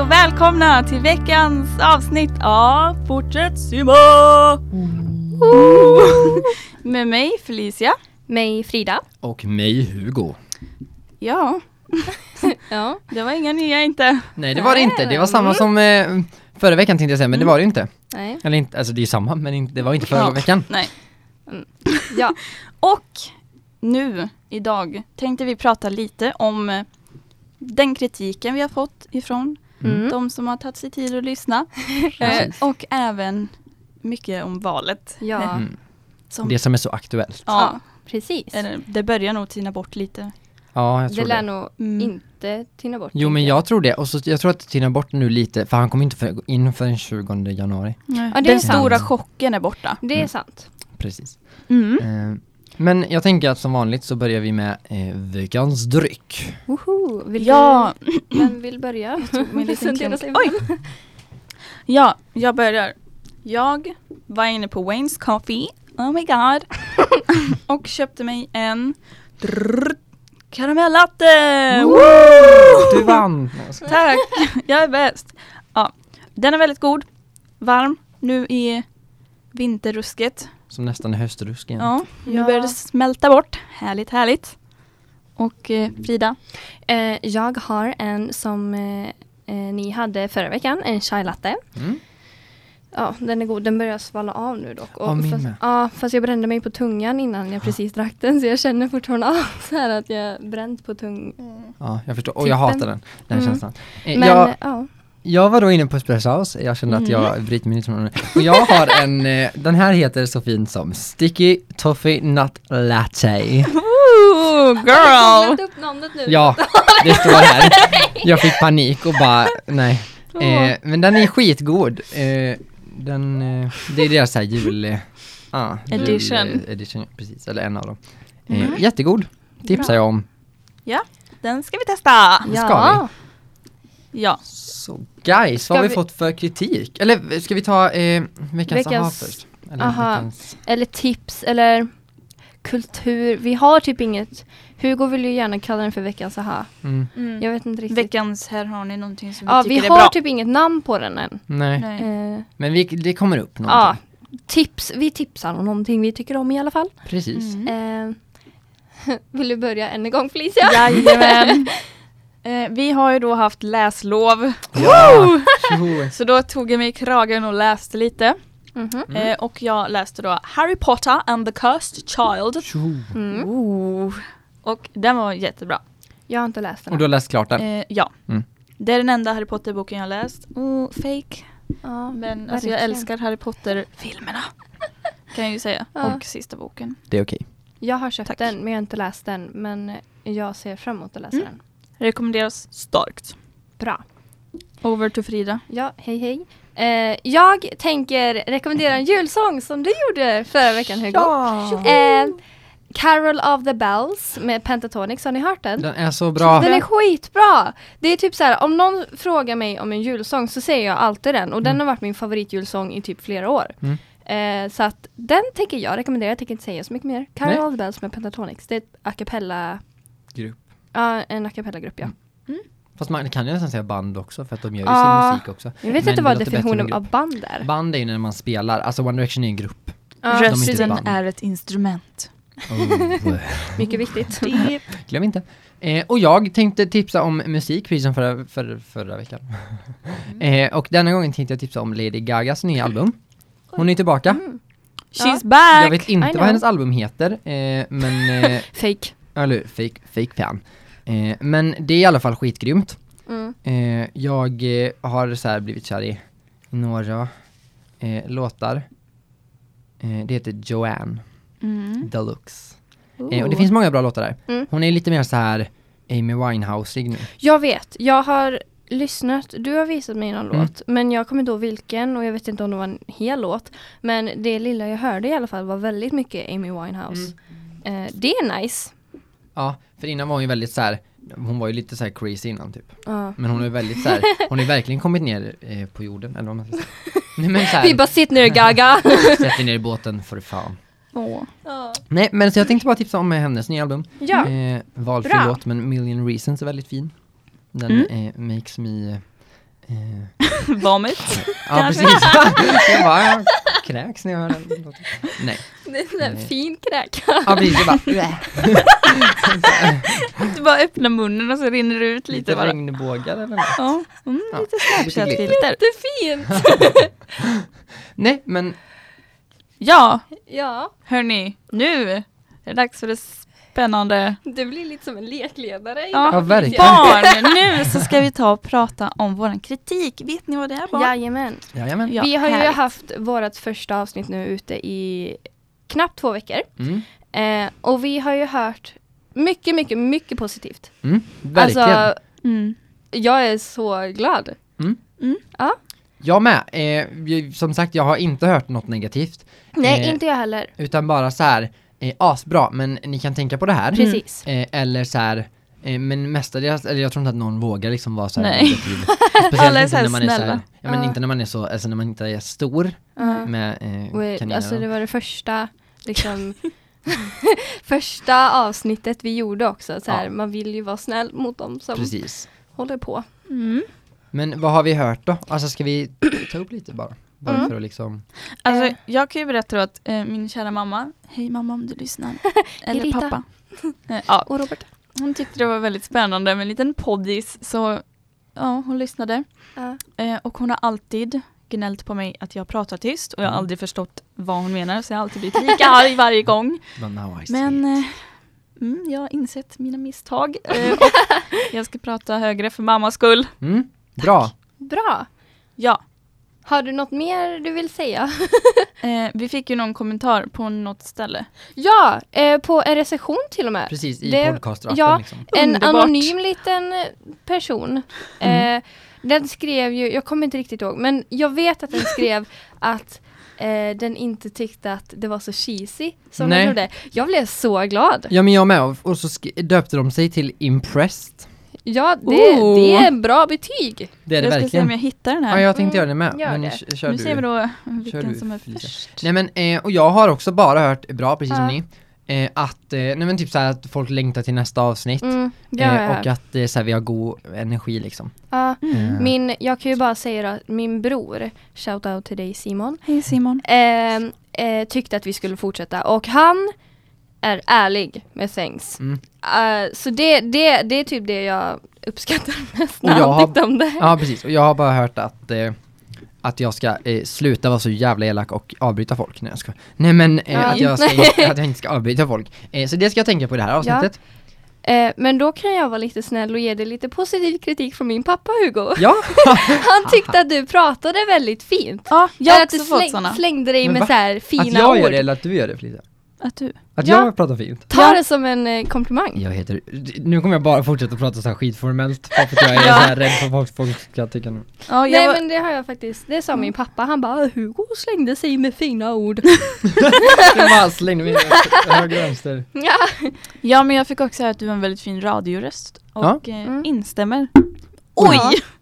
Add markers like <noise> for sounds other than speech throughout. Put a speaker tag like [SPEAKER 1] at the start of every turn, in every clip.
[SPEAKER 1] välkomna till veckans avsnitt av Fortsätt simma!
[SPEAKER 2] Mm.
[SPEAKER 1] Oh. Med mig Felicia.
[SPEAKER 2] Mig Frida.
[SPEAKER 3] Och mig Hugo.
[SPEAKER 1] Ja,
[SPEAKER 2] Ja.
[SPEAKER 1] det var inga nya inte.
[SPEAKER 3] Nej det var det inte, det var samma som eh, förra veckan tänkte jag säga, men det var
[SPEAKER 2] Mm.
[SPEAKER 3] det inte.
[SPEAKER 2] Nej.
[SPEAKER 3] Eller inte, alltså det är samma men inte, det var inte förra
[SPEAKER 1] Ja.
[SPEAKER 3] veckan.
[SPEAKER 1] Nej.
[SPEAKER 2] Ja.
[SPEAKER 1] Och nu idag tänkte vi prata lite om eh, den kritiken vi har fått ifrån
[SPEAKER 2] Mm.
[SPEAKER 1] de som har tagit sig tid att
[SPEAKER 2] <laughs>
[SPEAKER 1] lyssna. Eh,
[SPEAKER 3] Precis.
[SPEAKER 1] och även mycket om valet. Eh,
[SPEAKER 2] Ja,
[SPEAKER 3] Mm.
[SPEAKER 1] Som,
[SPEAKER 3] Det som är så aktuellt.
[SPEAKER 1] ja,
[SPEAKER 2] precis.
[SPEAKER 1] eller det börjar nog tina bort lite.
[SPEAKER 3] Ja jag
[SPEAKER 2] Det
[SPEAKER 3] tror
[SPEAKER 2] lär
[SPEAKER 3] det.
[SPEAKER 2] nog
[SPEAKER 1] Mm.
[SPEAKER 2] inte tina bort.
[SPEAKER 3] Jo men jag tror det, och så, jag tror att det tynar bort nu lite, för han kommer inte för, in förrän 20 januari.
[SPEAKER 2] Ja, det är
[SPEAKER 1] den
[SPEAKER 2] sant.
[SPEAKER 1] stora chocken är borta.
[SPEAKER 2] Det
[SPEAKER 3] Mm.
[SPEAKER 2] är sant.
[SPEAKER 3] Precis.
[SPEAKER 1] Mm.
[SPEAKER 3] Eh, men jag tänker att som vanligt så börjar vi med eh, veckans dryck.
[SPEAKER 2] Woho! Vill
[SPEAKER 1] Ja,
[SPEAKER 2] du, vem vill börja?
[SPEAKER 1] min liten
[SPEAKER 2] <laughs> Presentera
[SPEAKER 1] klunk.
[SPEAKER 2] sig.
[SPEAKER 1] Oj. ja, jag börjar. Jag var inne på Wayne's Coffee, oh my
[SPEAKER 2] <laughs>
[SPEAKER 1] god, och köpte mig en drrrr, karamellatte! Woo!
[SPEAKER 3] Du
[SPEAKER 2] <laughs>
[SPEAKER 3] vann! Nej, jag skojar.
[SPEAKER 1] Tack, jag är bäst! Ja, den är väldigt god, varm, nu i vinterrusket.
[SPEAKER 3] Som nästan är höstrusk igen.
[SPEAKER 1] Ja, nu
[SPEAKER 2] Ja.
[SPEAKER 1] börjar det smälta bort, härligt härligt. Och eh, Frida,
[SPEAKER 2] Eh, jag har en som eh, eh, ni hade förra veckan, en chai latte.
[SPEAKER 3] Mm.
[SPEAKER 2] Ja, den är god. Den börjar svalla av nu dock.
[SPEAKER 3] Ja, min
[SPEAKER 2] fast,
[SPEAKER 3] med.
[SPEAKER 2] ja, fast jag brände mig på tungan innan jag precis drack den så jag känner fortfarande av så här att jag bränt på tungan.
[SPEAKER 3] Ja, jag förstår. Och jag hatar den, den
[SPEAKER 2] Mm.
[SPEAKER 3] känslan. Eh,
[SPEAKER 2] Men
[SPEAKER 3] jag-
[SPEAKER 2] ja. ja.
[SPEAKER 3] Jag var då inne på Espresso House, jag kände att jag bryter mig lite från det. Och jag <laughs> har en, eh, den här heter så fint som Sticky Toffee Nut <laughs> Latte.
[SPEAKER 1] Ooh,
[SPEAKER 2] Jag har
[SPEAKER 1] girl!
[SPEAKER 2] lärt upp namnet nu.
[SPEAKER 3] Ja, det står här. Jag fick panik och bara, nej. Eh, men den är skitgod. Eh, den, eh, det är deras så här jul... eh, ah,
[SPEAKER 1] Edition.
[SPEAKER 3] Jul, eh, edition, ja, precis. Eller en av dem. Eh, Jättegod, tipsar jag om.
[SPEAKER 1] Den ska vi testa!
[SPEAKER 3] det ska
[SPEAKER 1] Ja,
[SPEAKER 3] Så guys, vad har vi,
[SPEAKER 2] vi-
[SPEAKER 3] fått för kritik? Eller ska vi ta eh, veckans, aha
[SPEAKER 2] Veckans-
[SPEAKER 3] först? Eller
[SPEAKER 2] aha.
[SPEAKER 3] veckans-
[SPEAKER 2] Eller tips eller kultur. Vi har typ inget. Hugo vill ju gärna kalla den för veckans aha.
[SPEAKER 3] Mm,
[SPEAKER 2] Jag vet inte riktigt.
[SPEAKER 1] Veckans här har ni någonting som
[SPEAKER 2] ja,
[SPEAKER 1] vi
[SPEAKER 2] vi
[SPEAKER 1] tycker
[SPEAKER 2] har
[SPEAKER 1] är bra.
[SPEAKER 2] typ inget namn på den än.
[SPEAKER 3] nej.
[SPEAKER 1] Nej.
[SPEAKER 2] Eh,
[SPEAKER 3] Men vi, det kommer upp någonting.
[SPEAKER 2] ja, tips. Vi tipsar om någonting vi tycker om i alla fall.
[SPEAKER 3] Precis.
[SPEAKER 1] Mm.
[SPEAKER 2] Eh, <laughs> vill du börja än en gång Felicia?
[SPEAKER 1] Jajamän. <laughs> Eh, vi har ju då haft läslov,
[SPEAKER 3] Ja, tjoho.
[SPEAKER 1] så då tog jag mig i kragen och läste lite.
[SPEAKER 2] Mhm.
[SPEAKER 1] Eh, och jag läste då Harry Potter and the Cursed Child.
[SPEAKER 3] Tjoho.
[SPEAKER 2] Mm.
[SPEAKER 1] Ooh. Och den var jättebra.
[SPEAKER 2] Jag har inte läst den.
[SPEAKER 3] Och du har läst klart den?
[SPEAKER 1] Eh, ja.
[SPEAKER 3] Mm.
[SPEAKER 1] Det är den enda Harry Potter-boken jag har läst. Oh, fake.
[SPEAKER 2] ja,
[SPEAKER 1] Men alltså, jag
[SPEAKER 2] verkligen.
[SPEAKER 1] älskar Harry Potter-filmerna. Kan jag ju säga.
[SPEAKER 2] Ja.
[SPEAKER 1] Och sista boken.
[SPEAKER 3] Det är okej.
[SPEAKER 2] Jag har köpt
[SPEAKER 1] Tack.
[SPEAKER 2] den men jag har inte läst den. Men jag ser fram emot att läsa
[SPEAKER 1] Mm.
[SPEAKER 2] den.
[SPEAKER 1] Rekommenderas starkt.
[SPEAKER 2] Bra.
[SPEAKER 1] Over to Frida.
[SPEAKER 2] Ja, hej hej. Eh, jag tänker rekommendera en julsång som du gjorde förra veckan Hugo. Eh, Carol of the Bells med Pentatonics, har ni hört den?
[SPEAKER 3] Den är så bra.
[SPEAKER 2] Den är skitbra! Det är typ så här, om någon frågar mig om en julsång så säger jag alltid den och den har varit min favoritjulsång i typ flera år.
[SPEAKER 3] Mm.
[SPEAKER 2] Eh, så att den tänker jag rekommendera, jag tänker inte säga så mycket mer. Carol
[SPEAKER 3] Nej.
[SPEAKER 2] of the Bells med Pentatonics, det är ett a cappella,
[SPEAKER 3] Grupp.
[SPEAKER 2] ja en a cappella-grupp
[SPEAKER 3] Mm.
[SPEAKER 2] ja.
[SPEAKER 3] Fast man kan ju nästan säga band också för att de gör ju
[SPEAKER 2] Ja.
[SPEAKER 3] sin musik också.
[SPEAKER 2] Jag vet
[SPEAKER 3] Men
[SPEAKER 2] inte vad
[SPEAKER 3] låter bättre med
[SPEAKER 2] definitionen
[SPEAKER 3] grupp.
[SPEAKER 2] av band är.
[SPEAKER 3] Band är ju när man spelar, alltså One Direction är en grupp.
[SPEAKER 2] Ja,
[SPEAKER 3] Röst. de är inte ett band.
[SPEAKER 1] ett instrument.
[SPEAKER 3] Oh.
[SPEAKER 2] mycket
[SPEAKER 3] <laughs>
[SPEAKER 2] viktigt.
[SPEAKER 3] Typ. Glöm inte. Eh, och jag tänkte tipsa om musik, precis som förra, för, förra veckan.
[SPEAKER 2] Mm.
[SPEAKER 3] Eh, och denna gången tänkte jag tipsa om Lady Gagas nya album. Hon är tillbaka.
[SPEAKER 1] She's
[SPEAKER 3] Jag
[SPEAKER 1] back!
[SPEAKER 3] vet inte
[SPEAKER 2] Mm. know.
[SPEAKER 3] vad hennes album heter, eh, men eh,
[SPEAKER 2] Fake.
[SPEAKER 3] Eller fake, fake fan. Eh, men det är i alla fall skitgrymt.
[SPEAKER 2] Mm.
[SPEAKER 3] Eh, jag eh, har så här blivit kär i några eh, låtar. Eh, det heter Joanne
[SPEAKER 1] Mm.
[SPEAKER 3] Deluxe. Eh, och det finns många bra låtar där.
[SPEAKER 2] Mm.
[SPEAKER 3] Hon är lite mer så här Amy Winehouse-ig nu.
[SPEAKER 2] Jag vet, jag har lyssnat, du har visat mig någon
[SPEAKER 3] Mm.
[SPEAKER 2] låt men jag kommer inte ihåg vilken och jag vet inte om det var en hel låt men det lilla jag hörde i alla fall var väldigt mycket Amy Winehouse.
[SPEAKER 3] Mm.
[SPEAKER 2] Eh, det är nice.
[SPEAKER 3] Ja, för innan var hon ju väldigt så här. Hon var ju lite så här crazy innan typ.
[SPEAKER 2] Ja.
[SPEAKER 3] Men hon är väldigt så <laughs> här. Hon har ju verkligen kommit ner eh, på jorden eller vad man ska <laughs> säga. Nej men så
[SPEAKER 2] Vi
[SPEAKER 3] här,
[SPEAKER 2] bara sitter ner och
[SPEAKER 3] <laughs>
[SPEAKER 2] gaga.
[SPEAKER 3] sätt dig ner i båten för fan.
[SPEAKER 1] Åh.
[SPEAKER 3] Nej men så jag tänkte bara tipsa om eh, hennes nya album.
[SPEAKER 2] ja.
[SPEAKER 3] Eh, valfri
[SPEAKER 2] Bra. Mm.
[SPEAKER 3] låt men Million Reasons är väldigt fin. Den eh, makes me Eh,
[SPEAKER 1] <laughs> Vomit.
[SPEAKER 3] ja,
[SPEAKER 1] Kanske.
[SPEAKER 3] precis. <laughs> jag bara, jag kräks när jag hör den låten. Nej.
[SPEAKER 2] Det är en sån där
[SPEAKER 3] Nej.
[SPEAKER 2] fin kräk.
[SPEAKER 3] Ja, precis.
[SPEAKER 2] <laughs>
[SPEAKER 3] Jag bara,
[SPEAKER 1] <laughs> Du bara öppnar munnen och så rinner det ut lite
[SPEAKER 3] lite
[SPEAKER 1] bara.
[SPEAKER 3] regnbågar eller något.
[SPEAKER 1] Ja, mm,
[SPEAKER 3] Ja.
[SPEAKER 1] lite
[SPEAKER 3] Lite glitter.
[SPEAKER 1] Snapchat-filter.
[SPEAKER 3] <laughs>
[SPEAKER 2] Jättefint!
[SPEAKER 3] Nej, men
[SPEAKER 1] Ja,
[SPEAKER 2] Ja,
[SPEAKER 1] hörni. Nu är det dags för det spännande.
[SPEAKER 2] du blir lite som en lekledare
[SPEAKER 1] Ja,
[SPEAKER 3] ja, verkligen. <laughs>
[SPEAKER 1] Barn, nu så ska vi ta och prata om våran kritik. Vet ni vad det är? Barn?
[SPEAKER 2] Jajamän.
[SPEAKER 3] Jajamän.
[SPEAKER 1] Ja,
[SPEAKER 2] Vi har ju
[SPEAKER 1] härligt.
[SPEAKER 2] haft vårt första avsnitt nu ute i knappt två veckor.
[SPEAKER 3] Mm,
[SPEAKER 2] Eh, och vi har ju hört mycket, mycket, mycket positivt.
[SPEAKER 3] mm, verkligen.
[SPEAKER 2] Alltså,
[SPEAKER 1] Mm.
[SPEAKER 2] jag är så glad.
[SPEAKER 3] Jag med. Eh, ju- som sagt, jag har inte hört något negativt.
[SPEAKER 2] Nej,
[SPEAKER 3] Eh,
[SPEAKER 2] inte jag heller.
[SPEAKER 3] Utan bara så här, eh, asbra, men ni kan tänka på det här.
[SPEAKER 2] Precis.
[SPEAKER 3] Eh, eller så här, eh, men mestadels, eller jag tror inte att någon vågar liksom vara så här
[SPEAKER 1] Nej. <laughs>
[SPEAKER 3] negativ.
[SPEAKER 1] Alla är
[SPEAKER 3] inte
[SPEAKER 1] så här
[SPEAKER 3] när man är så här,
[SPEAKER 1] snälla.
[SPEAKER 3] ja, men
[SPEAKER 2] Ja.
[SPEAKER 3] inte när man är så, alltså när man inte är stor
[SPEAKER 2] Ja.
[SPEAKER 3] med eh,
[SPEAKER 2] Mm. Och, eh,
[SPEAKER 3] kaniner.
[SPEAKER 2] Alltså det var det första, <laughs> liksom, första avsnittet vi gjorde också. Så här,
[SPEAKER 3] Ja.
[SPEAKER 2] Man vill ju vara snäll mot dem som
[SPEAKER 3] Precis.
[SPEAKER 2] håller på.
[SPEAKER 1] Mm.
[SPEAKER 3] Men vad har vi hört då? Alltså ska vi ta upp lite bara? Bara
[SPEAKER 1] Mm.
[SPEAKER 3] för att liksom,
[SPEAKER 1] Alltså,
[SPEAKER 2] Eh.
[SPEAKER 1] jag kan ju berätta då att eh, min kära mamma, hej mamma om du
[SPEAKER 2] <laughs>
[SPEAKER 1] lyssnar, eller
[SPEAKER 2] Rita. <laughs>
[SPEAKER 1] pappa. Eh, ja,
[SPEAKER 2] Och Robert?
[SPEAKER 1] hon tyckte det var väldigt spännande med en liten poddis så ja, hon lyssnade.
[SPEAKER 2] Ja.
[SPEAKER 1] Eh, och hon har alltid gnällt på mig att jag pratar tyst och jag har
[SPEAKER 3] Mm.
[SPEAKER 1] aldrig förstått vad hon menar så jag har alltid blivit lika arg varje gång.
[SPEAKER 3] but now I see
[SPEAKER 1] Men
[SPEAKER 3] it.
[SPEAKER 1] eh, mm, jag har insett mina misstag eh,
[SPEAKER 3] <laughs>
[SPEAKER 1] och jag ska prata högre för mammas skull.
[SPEAKER 3] Mm, bra.
[SPEAKER 2] Bra.
[SPEAKER 1] Ja,
[SPEAKER 2] Har du något mer du vill säga?
[SPEAKER 1] eh, vi fick ju någon kommentar på något ställe.
[SPEAKER 2] Ja, eh, på en recension till och med.
[SPEAKER 3] Precis, i
[SPEAKER 2] Det-
[SPEAKER 3] podcasterappen
[SPEAKER 2] ja.
[SPEAKER 3] liksom.
[SPEAKER 2] En
[SPEAKER 1] Underbart.
[SPEAKER 2] anonym liten eh, person. Eh, den skrev ju, jag kommer inte riktigt ihåg, men jag vet att den skrev att eh, den inte tyckte att det var så cheesy som
[SPEAKER 3] Nej.
[SPEAKER 2] den gjorde. Jag blev så glad.
[SPEAKER 3] Ja men jag med, och, och så sk- döpte de sig till Impressed.
[SPEAKER 2] Ja, det,
[SPEAKER 1] Ooh.
[SPEAKER 2] det är bra betyg.
[SPEAKER 3] Det är det
[SPEAKER 1] jag ska se
[SPEAKER 3] verkligen.
[SPEAKER 1] om jag hittar den här.
[SPEAKER 3] Ja jag tänkte
[SPEAKER 2] Mm,
[SPEAKER 3] göra det med,
[SPEAKER 2] gör
[SPEAKER 3] men
[SPEAKER 2] det.
[SPEAKER 3] k- kör
[SPEAKER 1] nu
[SPEAKER 3] du.
[SPEAKER 1] ser vi då
[SPEAKER 3] Kör
[SPEAKER 1] vilken
[SPEAKER 3] du,
[SPEAKER 1] som är
[SPEAKER 3] Felicia.
[SPEAKER 1] först.
[SPEAKER 3] Nej men, eh, och jag har också bara hört bra, precis som
[SPEAKER 2] Ja.
[SPEAKER 3] ni. Eh, att, eh, nej men typ såhär att folk längtar till nästa avsnitt.
[SPEAKER 2] Mm, det har jag
[SPEAKER 3] Eh, och
[SPEAKER 2] hört.
[SPEAKER 3] att eh, såhär, vi har god energi liksom.
[SPEAKER 2] Ja.
[SPEAKER 3] Mm.
[SPEAKER 2] Min, jag kan ju bara säga att min bror, shout out till dig Simon,
[SPEAKER 1] Hej Simon.
[SPEAKER 2] eh, eh, tyckte att vi skulle fortsätta och han är ärlig med things.
[SPEAKER 3] Mm.
[SPEAKER 2] Eh, så det, det, det är typ det jag uppskattar <laughs> mest
[SPEAKER 3] Och
[SPEAKER 2] när
[SPEAKER 3] jag
[SPEAKER 2] han
[SPEAKER 3] har-
[SPEAKER 2] tyckte om det.
[SPEAKER 3] Ja precis, och jag har bara hört att, eh, att jag ska eh, sluta vara så jävla elak och avbryta folk. Nej jag ska. Nej men eh,
[SPEAKER 2] Ja.
[SPEAKER 3] att, jag ska,
[SPEAKER 2] <laughs>
[SPEAKER 3] inte- att jag inte ska avbryta folk. Eh, så det ska jag tänka på i det här avsnittet.
[SPEAKER 2] Eh, men då kan jag vara lite snäll och ge dig lite positiv kritik från min pappa <laughs> Hugo.
[SPEAKER 3] Ja!
[SPEAKER 2] Han tyckte att du pratade väldigt fint.
[SPEAKER 1] Ja,
[SPEAKER 2] Eller
[SPEAKER 1] jag har
[SPEAKER 2] att du
[SPEAKER 1] också fått
[SPEAKER 2] släng,
[SPEAKER 1] sådana.
[SPEAKER 2] slängde dig
[SPEAKER 3] Men
[SPEAKER 2] med
[SPEAKER 3] va?
[SPEAKER 2] så här fina
[SPEAKER 3] att jag gör
[SPEAKER 2] ord.
[SPEAKER 3] det eller att du gör det Felicia?
[SPEAKER 1] Att du.
[SPEAKER 3] Att
[SPEAKER 2] Ja.
[SPEAKER 3] jag pratar fint?
[SPEAKER 2] Ta
[SPEAKER 1] Ja.
[SPEAKER 2] det som en eh, komplimang.
[SPEAKER 3] Jag heter, nu kommer jag bara fortsätta prata så här skitformellt bara för
[SPEAKER 2] <laughs>
[SPEAKER 3] att jag är
[SPEAKER 1] Ja.
[SPEAKER 3] så här rädd för vad folk ska tycka nu.
[SPEAKER 1] Ja, jag Mm.
[SPEAKER 2] Nej
[SPEAKER 1] var,
[SPEAKER 2] men det har jag faktiskt, det sa min pappa, han bara Hugo slängde sig med fina ord.
[SPEAKER 3] Jag bara slängde mig <laughs> höger vänster.
[SPEAKER 2] ja.
[SPEAKER 1] <laughs> ja, men jag fick också höra att du har en väldigt fin radioröst
[SPEAKER 3] Ja.
[SPEAKER 1] och eh,
[SPEAKER 2] Mm.
[SPEAKER 1] instämmer.
[SPEAKER 2] Oj!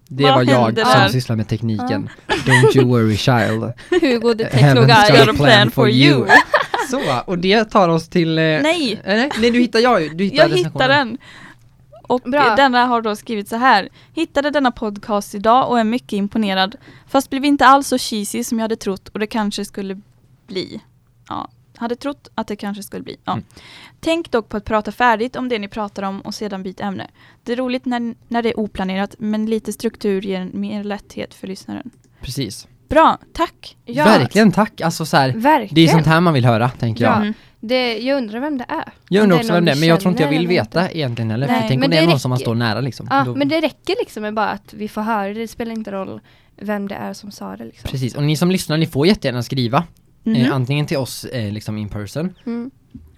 [SPEAKER 3] Det
[SPEAKER 1] Vad
[SPEAKER 3] var jag
[SPEAKER 1] hände
[SPEAKER 3] som
[SPEAKER 1] där?
[SPEAKER 3] sysslar med tekniken. Don't you worry child.
[SPEAKER 2] Hugo the Techno
[SPEAKER 3] Heaven's
[SPEAKER 2] Guy.
[SPEAKER 1] got
[SPEAKER 3] got
[SPEAKER 1] a plan for you.
[SPEAKER 3] <laughs> Så, och det tar oss till... eh,
[SPEAKER 1] Nej.
[SPEAKER 3] eh, Nej, nej du hittar jag ju, du hittar
[SPEAKER 1] Jag
[SPEAKER 3] destinationen.
[SPEAKER 1] hittade den. Och
[SPEAKER 2] Bra.
[SPEAKER 1] denna har då skrivit så här. Hittade denna podcast idag och är mycket imponerad. Fast blev inte alls så cheesy som jag hade trott och det kanske skulle bli. Ja, hade trott att det kanske skulle bli. Ja.
[SPEAKER 3] Mm.
[SPEAKER 1] Tänk dock på att prata färdigt om det ni pratar om och sedan byt ämne. Det är roligt när, när det är oplanerat men lite struktur ger en mer lätthet för lyssnaren.
[SPEAKER 3] Precis.
[SPEAKER 1] Bra, tack!
[SPEAKER 2] Ja.
[SPEAKER 3] Verkligen tack, alltså så här. Det är
[SPEAKER 2] Verkligen.
[SPEAKER 3] sånt här man vill höra, tänker jag.
[SPEAKER 2] Ja.
[SPEAKER 1] Mm.
[SPEAKER 2] Det, jag undrar vem det är. Om
[SPEAKER 3] Jag undrar
[SPEAKER 2] det är
[SPEAKER 3] också
[SPEAKER 2] någon
[SPEAKER 3] vem det är,
[SPEAKER 2] vi
[SPEAKER 3] men jag tror inte jag
[SPEAKER 2] känner
[SPEAKER 3] vill
[SPEAKER 2] eller
[SPEAKER 3] veta egentligen heller.
[SPEAKER 1] Nej,
[SPEAKER 3] för tänk
[SPEAKER 2] men
[SPEAKER 3] om det är
[SPEAKER 2] det
[SPEAKER 3] någon som man
[SPEAKER 2] räcker.
[SPEAKER 3] står nära liksom.
[SPEAKER 2] Ja,
[SPEAKER 3] Då-
[SPEAKER 2] men det räcker liksom med bara att vi får höra det, det spelar inte roll vem det är som sa det liksom.
[SPEAKER 3] Precis, och ni som lyssnar, ni får jättegärna skriva. Eh,
[SPEAKER 1] Mhm.
[SPEAKER 3] antingen till oss eh, liksom in person.
[SPEAKER 2] Mm.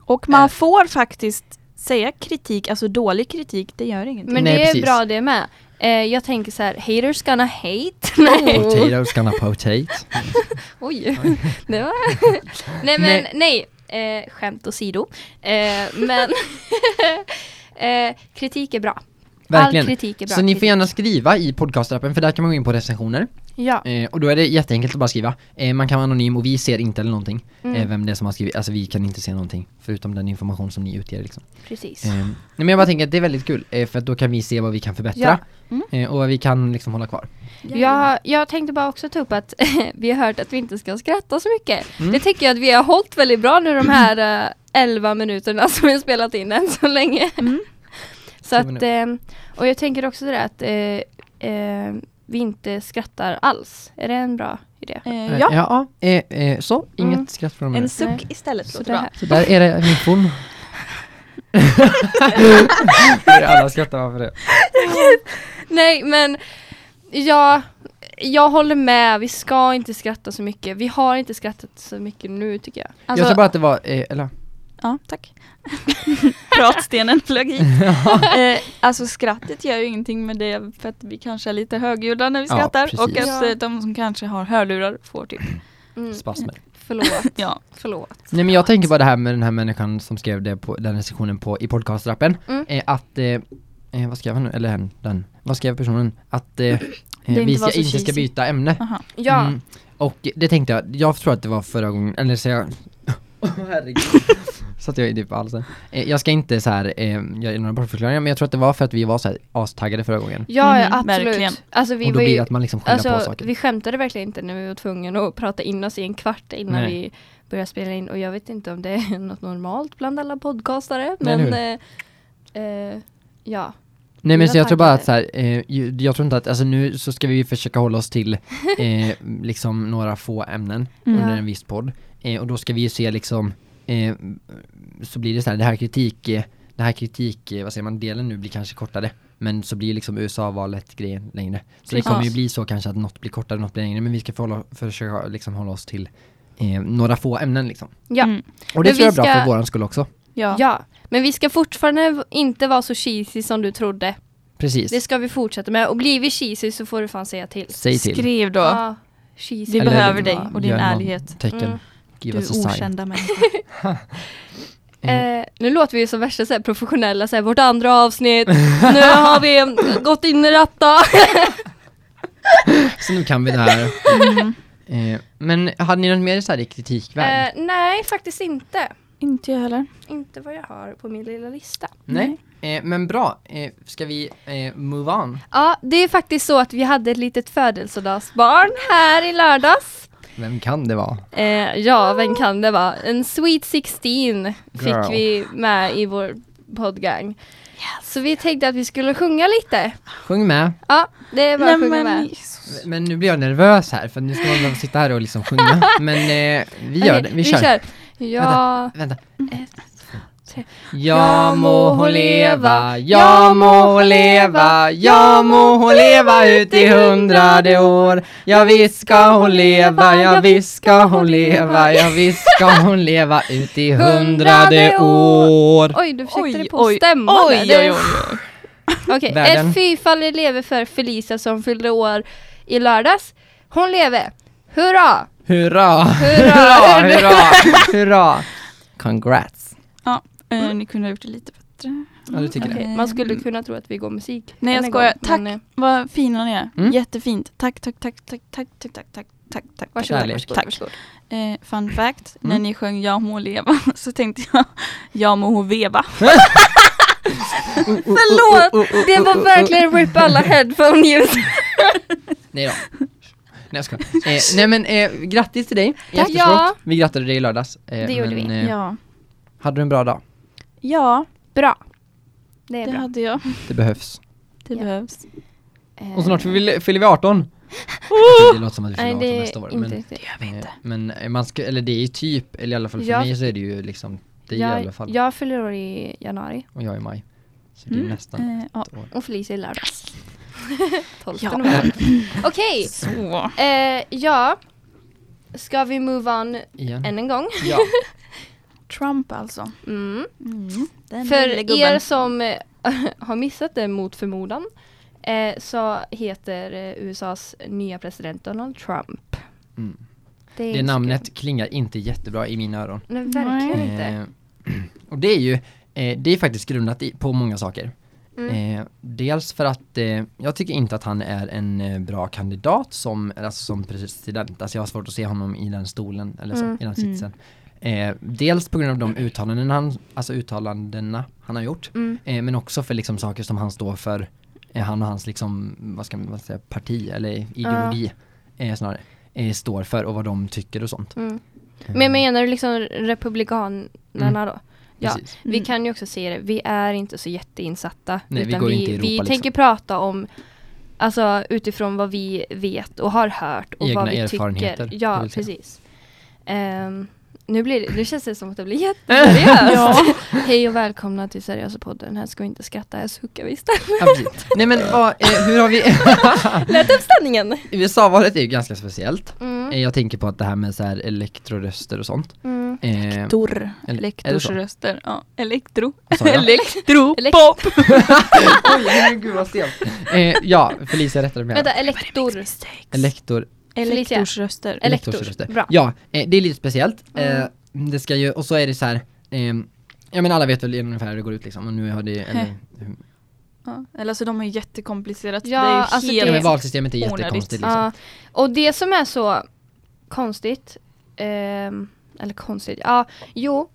[SPEAKER 1] Och man får faktiskt säga kritik, alltså dålig kritik, det gör ingenting.
[SPEAKER 2] Men
[SPEAKER 3] Nej,
[SPEAKER 2] det är
[SPEAKER 3] precis.
[SPEAKER 2] bra det med. Eh, jag tänker så här, haters gonna
[SPEAKER 3] <laughs>
[SPEAKER 2] hate. Nej.
[SPEAKER 3] Potatoes gonna potate.
[SPEAKER 2] Oj. <laughs> Det var... <laughs> nej men nej, eh, <laughs> skämt åsido. Eh, men eh, kritik är bra.
[SPEAKER 3] Verkligen.
[SPEAKER 2] All kritik är bra
[SPEAKER 3] Så ni
[SPEAKER 2] kritik.
[SPEAKER 3] får gärna skriva i podcastappen för där kan man gå in på recensioner.
[SPEAKER 2] Ja.
[SPEAKER 3] Eh, och då är det jätteenkelt att bara skriva. Eh, man kan vara anonym och vi ser inte eller någonting.
[SPEAKER 2] Mm.
[SPEAKER 3] Eh, vem det är som har skrivit, alltså vi kan inte se någonting. Förutom den information som ni utger liksom.
[SPEAKER 2] Precis.
[SPEAKER 3] Eh, nej, men jag bara tänker att det är väldigt kul eh, för att då kan vi se vad vi kan förbättra.
[SPEAKER 2] Ja.
[SPEAKER 1] Mm.
[SPEAKER 3] Eh, och vad vi kan liksom hålla kvar.
[SPEAKER 2] Jag, jag tänkte bara också ta upp att <laughs> vi har hört att vi inte ska skratta så mycket. Det tycker jag att vi har hållit väldigt bra nu de här eh, 11 minuterna <laughs> som vi har spelat in än så länge.
[SPEAKER 1] Mm.
[SPEAKER 2] <laughs> Så
[SPEAKER 3] Så
[SPEAKER 2] att, eh, och jag tänker också det där att eh, eh, vi inte skrattar alls. Är det en bra idé?
[SPEAKER 1] Eh, ja,
[SPEAKER 3] ja eh, eh, så, inget
[SPEAKER 2] Mm.
[SPEAKER 3] skratt från mig.
[SPEAKER 4] En suck istället
[SPEAKER 2] Så
[SPEAKER 4] låter bra.
[SPEAKER 2] där-
[SPEAKER 3] Så där är
[SPEAKER 2] <laughs>
[SPEAKER 3] det infon. <laughs> Det är Alla skrattar bara för det.
[SPEAKER 2] Nej men ja, jag håller med, vi ska inte skratta så mycket. Vi har inte skrattat så mycket nu tycker jag.
[SPEAKER 1] alltså,
[SPEAKER 3] jag sa bara att det var, eh, eller
[SPEAKER 1] ja tack. <laughs> Pratstenen flög
[SPEAKER 3] <laughs>
[SPEAKER 1] hit. eh, alltså skrattet gör ju ingenting med det för att vi kanske är lite högljudda när vi
[SPEAKER 3] Ja,
[SPEAKER 1] skrattar
[SPEAKER 3] precis.
[SPEAKER 1] och att
[SPEAKER 2] Ja.
[SPEAKER 1] eh, de som kanske har hörlurar får typ,
[SPEAKER 2] Mm,
[SPEAKER 3] spasmer.
[SPEAKER 2] förlåt,
[SPEAKER 1] ja.
[SPEAKER 2] förlåt.
[SPEAKER 3] Nej men jag tänker bara det här med den här människan som skrev det på, den recensionen på, i podcastrappen.
[SPEAKER 2] Mm.
[SPEAKER 3] Eh, att, eh, eh, vad skrev han nu? Eller hen, den. Vad skrev personen? Att eh, eh, vi
[SPEAKER 1] inte var
[SPEAKER 3] ska,
[SPEAKER 1] så
[SPEAKER 3] inte ska
[SPEAKER 1] cheesy.
[SPEAKER 3] byta ämne.
[SPEAKER 1] Aha.
[SPEAKER 2] Ja,
[SPEAKER 3] Mm. Och det tänkte jag, jag tror att det var förra gången, eller så jag <laughs> Herregud <laughs> Satt jag i typ halsen eh, Jag ska inte så här, eh, göra några bortförklaringar men jag tror att det var för att vi var så här astaggade förra gången
[SPEAKER 2] ja, ja
[SPEAKER 1] Mhm,
[SPEAKER 2] absolut.
[SPEAKER 1] verkligen.
[SPEAKER 2] Alltså vi
[SPEAKER 3] Och då
[SPEAKER 2] var
[SPEAKER 3] blir
[SPEAKER 2] ju,
[SPEAKER 3] det att man liksom skyller på
[SPEAKER 2] alltså
[SPEAKER 3] saker
[SPEAKER 2] vi skämtade verkligen inte när vi var tvungna att prata in oss i en kvart innan
[SPEAKER 3] Nej.
[SPEAKER 2] vi började spela in och jag vet inte om det är <laughs> något normalt bland alla podcastare
[SPEAKER 3] Nej,
[SPEAKER 2] men eh, eh, ja.
[SPEAKER 3] Nej men
[SPEAKER 2] vi
[SPEAKER 3] så
[SPEAKER 2] var
[SPEAKER 3] jag tror bara att så
[SPEAKER 2] taggade.
[SPEAKER 3] här, eh, ju- jag tror inte att, alltså nu så ska vi försöka hålla
[SPEAKER 2] <laughs>
[SPEAKER 3] oss till eh, liksom några få ämnen
[SPEAKER 1] Mm.
[SPEAKER 3] under
[SPEAKER 2] Ja.
[SPEAKER 3] en viss podd eh, Och då ska vi ju se liksom, eh, så blir det så här, det här kritik, eh, det här kritik, eh, vad säger man, delen nu blir kanske kortare Men så blir liksom USA-valet grejen längre Så det
[SPEAKER 1] Precis.
[SPEAKER 3] kommer ju bli så kanske att något blir kortare, något blir längre Men vi ska förhålla, försöka liksom hålla oss till eh, några få ämnen liksom
[SPEAKER 2] Ja.
[SPEAKER 1] Mm.
[SPEAKER 3] Och det
[SPEAKER 2] Men
[SPEAKER 3] tror jag
[SPEAKER 2] vi
[SPEAKER 3] är bra
[SPEAKER 2] ska-
[SPEAKER 3] för våran skull också
[SPEAKER 1] Ja.
[SPEAKER 2] ja, men vi ska fortfarande v- inte vara så cheesy som du trodde.
[SPEAKER 3] Precis,
[SPEAKER 2] Det ska vi fortsätta med och blir vi cheesy så får du fan säga till.
[SPEAKER 3] säg till
[SPEAKER 1] Skriv då.
[SPEAKER 2] Ja, cheesy.
[SPEAKER 1] Vi
[SPEAKER 3] Eller
[SPEAKER 1] behöver
[SPEAKER 3] vad-
[SPEAKER 1] dig och din
[SPEAKER 3] gör någon
[SPEAKER 1] ärlighet.
[SPEAKER 3] Tecken,
[SPEAKER 2] Mm.
[SPEAKER 3] give
[SPEAKER 1] Du
[SPEAKER 3] us a sign
[SPEAKER 1] okända människa.
[SPEAKER 2] Eh, nu låter vi ju som värsta så här, professionella, så här, vårt andra
[SPEAKER 3] <laughs>
[SPEAKER 2] avsnitt, nu har vi mm, gått in i detta.
[SPEAKER 3] Så nu kan vi
[SPEAKER 1] <laughs>
[SPEAKER 3] det här.
[SPEAKER 1] Mm.
[SPEAKER 3] Eh, men hade ni något mer så här i kritikväg?
[SPEAKER 2] Eh, nej, faktiskt inte.
[SPEAKER 1] <laughs> Inte jag heller.
[SPEAKER 2] Inte vad jag har på min lilla lista.
[SPEAKER 3] Nej. Eh, men bra, eh, ska vi eh, move on?
[SPEAKER 2] Ja, det är faktiskt så att vi hade ett litet födelsedagsbarn här i lördags.
[SPEAKER 3] Vem kan det vara?
[SPEAKER 2] Eh, ja, vem kan det vara? En sweet 16
[SPEAKER 3] Girl.
[SPEAKER 2] fick vi med i vår poddgang. Så vi tänkte att vi skulle sjunga lite.
[SPEAKER 3] Sjung med.
[SPEAKER 2] Ja, det var att sjunga med.
[SPEAKER 3] Men nu blir jag nervös här för nu ska man behöva sitta här och liksom sjunga. Men eh, vi gör
[SPEAKER 2] Okej,
[SPEAKER 3] det, vi kör.
[SPEAKER 2] Ja,
[SPEAKER 3] Vänta.
[SPEAKER 2] Ett, tre.
[SPEAKER 3] Ja Mm. må hon leva, ja må hon leva, ja må hon leva ut i hundrade år. Ja visst ska hon leva, ja visst ska hon leva, ja visst ska hon leva ut i hundrade år.
[SPEAKER 2] oj du försökte
[SPEAKER 1] Oj,
[SPEAKER 2] det på
[SPEAKER 1] oj,
[SPEAKER 2] stämman
[SPEAKER 1] oj,
[SPEAKER 2] där.
[SPEAKER 1] oj,
[SPEAKER 2] Det-
[SPEAKER 1] oj, oj.
[SPEAKER 2] <laughs> Okej,
[SPEAKER 3] Världen.
[SPEAKER 2] ett fyrfaldigt leve för Felicia som fyllde år i lördags. Hon leve! Hurra!
[SPEAKER 3] Hurra, hurra,
[SPEAKER 2] Hurra.
[SPEAKER 3] hurra, hurra. Congrats.
[SPEAKER 1] Ja, eh, ni kunde ha gjort det lite bättre.
[SPEAKER 3] Ja du tycker det.
[SPEAKER 1] Okej.
[SPEAKER 2] Man skulle kunna tro att vi går musik.
[SPEAKER 1] Nej jag
[SPEAKER 2] Än en
[SPEAKER 1] skojar.
[SPEAKER 2] gång,
[SPEAKER 1] Tack,
[SPEAKER 2] men, eh,
[SPEAKER 1] vad fina ni är.
[SPEAKER 3] Mm.
[SPEAKER 1] Jättefint. Tack, tack, tack, tack, tack, tack, tack, tack, tack, tack.
[SPEAKER 2] Varsågod,
[SPEAKER 3] Kärlek.
[SPEAKER 2] varsågod,
[SPEAKER 1] Tack.
[SPEAKER 2] varsågod.
[SPEAKER 1] Eh, fun fact, när
[SPEAKER 3] Mm.
[SPEAKER 1] ni sjöng Ja må leva <laughs> så tänkte jag Ja må hon veva.
[SPEAKER 3] Mm,
[SPEAKER 2] Förlåt! Det
[SPEAKER 3] <laughs>
[SPEAKER 2] var verkligen rip alla headphone
[SPEAKER 1] <laughs>
[SPEAKER 2] ljud.
[SPEAKER 3] Nej då. Nej jag skojar. eh, Nej men eh, grattis till dig i
[SPEAKER 2] Tack.
[SPEAKER 3] efterskott.
[SPEAKER 2] Ja.
[SPEAKER 3] Vi grattade dig i lördags. Eh,
[SPEAKER 2] Det gjorde
[SPEAKER 3] men,
[SPEAKER 2] vi.
[SPEAKER 3] Eh,
[SPEAKER 1] Ja,
[SPEAKER 3] Hade du en bra dag?
[SPEAKER 1] ja
[SPEAKER 2] Bra. Det är
[SPEAKER 1] det
[SPEAKER 2] bra.
[SPEAKER 1] hade jag.
[SPEAKER 3] Det behövs.
[SPEAKER 1] Det
[SPEAKER 2] Ja.
[SPEAKER 1] behövs.
[SPEAKER 3] Och snart fyller fyller vi 18. Oh! Det låter som att vi fyller
[SPEAKER 2] Eh, Nej
[SPEAKER 3] 18
[SPEAKER 2] det
[SPEAKER 3] nästa år.
[SPEAKER 2] är inte
[SPEAKER 3] Men,
[SPEAKER 2] riktigt.
[SPEAKER 3] eh, men eh, man ska, eller det är ju typ, eller i alla fall för
[SPEAKER 2] Ja.
[SPEAKER 3] mig så är det ju liksom, det är i alla
[SPEAKER 2] Jag,
[SPEAKER 3] fall.
[SPEAKER 2] jag fyller år i januari
[SPEAKER 3] Och jag är i maj. Så det är
[SPEAKER 1] Mm.
[SPEAKER 3] nästan
[SPEAKER 1] Eh, ja.
[SPEAKER 3] ett år.
[SPEAKER 2] och Felicia i lördags. <laughs> 12
[SPEAKER 1] Ja. <laughs>
[SPEAKER 2] november. Okej,
[SPEAKER 1] Så.
[SPEAKER 2] eh, ja. Ska vi move on
[SPEAKER 3] Igen.
[SPEAKER 2] än en gång?
[SPEAKER 3] Ja.
[SPEAKER 1] Trump alltså.
[SPEAKER 2] <laughs> Mm.
[SPEAKER 1] Mm. Den lille
[SPEAKER 2] För
[SPEAKER 1] gubben.
[SPEAKER 2] er som eh, <laughs> har missat det mot förmodan eh, så heter eh, USAs nya president Donald Trump.
[SPEAKER 3] Mm.
[SPEAKER 2] Det, är
[SPEAKER 3] Det
[SPEAKER 2] inte så
[SPEAKER 3] namnet klingar inte jättebra i mina öron.
[SPEAKER 2] kul. Nej, verkligen
[SPEAKER 1] Nej.
[SPEAKER 3] <clears throat>
[SPEAKER 2] inte.
[SPEAKER 3] Eh, och det är ju, eh, det är faktiskt grundat i, på många saker.
[SPEAKER 2] Mm.
[SPEAKER 3] Eh, dels för att eh, jag tycker inte att han är en eh, bra kandidat som, alltså som president. Alltså jag har svårt att se honom i den stolen, eller så,
[SPEAKER 2] Mm.
[SPEAKER 3] i den sitsen. Eh, dels på grund av de uttalanden han, alltså uttalandena han har gjort.
[SPEAKER 2] Mm.
[SPEAKER 3] Eh, men också för liksom saker som han står för, eh, han och hans liksom, vad ska man säga, parti eller ideologi eh, snarare, eh, står för och vad de tycker och sånt.
[SPEAKER 2] Mm.
[SPEAKER 3] Eh,
[SPEAKER 2] Men menar du liksom republikanerna
[SPEAKER 3] Mm.
[SPEAKER 2] då? Ja,
[SPEAKER 3] precis.
[SPEAKER 2] vi kan ju också se det. Vi är inte så jätteinsatta.
[SPEAKER 3] Nej, vi går
[SPEAKER 2] vi,
[SPEAKER 3] inte i Europa,
[SPEAKER 2] vi
[SPEAKER 3] liksom.
[SPEAKER 2] tänker prata om Alltså utifrån vad vi vet och har hört och
[SPEAKER 3] Egna
[SPEAKER 2] vad vi
[SPEAKER 3] erfarenheter,
[SPEAKER 2] tycker.
[SPEAKER 3] det
[SPEAKER 2] Ja,
[SPEAKER 3] vill säga.
[SPEAKER 2] precis. Ehm, nu, blir det, nu känns det som att det <laughs> blir jätteseriöst. <laughs> Hej och välkomna till Seriösa podden. Här ska vi inte skratta, här suckar vi istället.
[SPEAKER 3] Ja, precis. Nej men vad, eh, hur har vi,
[SPEAKER 2] <laughs> Lät uppställningen!
[SPEAKER 3] USA-valet är ju ganska speciellt.
[SPEAKER 2] Mm.
[SPEAKER 3] Eh, Jag tänker på att det här med så här elektroröster och sånt.
[SPEAKER 2] Mm.
[SPEAKER 3] Eh, <laughs>
[SPEAKER 1] Dor.
[SPEAKER 3] eller- är det
[SPEAKER 1] Elektors
[SPEAKER 3] så?
[SPEAKER 1] röster. Ja, elektro.
[SPEAKER 3] Vad sa jag?
[SPEAKER 1] <laughs> Elektropop.
[SPEAKER 3] Oj, men gud vad stelt. Eh, ja, Felicia rättade mig. här.
[SPEAKER 2] Vänta, elektor.
[SPEAKER 3] Elektor,
[SPEAKER 2] Felicia.
[SPEAKER 1] Elektorsröster.
[SPEAKER 2] Ele- Elektor.
[SPEAKER 3] elektorsröster.
[SPEAKER 2] Bra. Mm.
[SPEAKER 3] Ja, eh, det är lite speciellt. Eh, det ska ju, och så är det så här, ehm, ja men alla vet väl ungefär hur det går ut liksom. Och nu har det, eller,
[SPEAKER 1] Ja. Eller alltså de har jättekomplicerat.
[SPEAKER 2] Ja,
[SPEAKER 1] det är ju
[SPEAKER 2] alltså
[SPEAKER 1] helt...
[SPEAKER 3] ja,
[SPEAKER 2] det
[SPEAKER 3] men valsystemet är
[SPEAKER 1] Onödigt.
[SPEAKER 3] jättekonstigt liksom.
[SPEAKER 2] Ja, och det som är så konstigt, ehm, eller konstigt, ja, jo,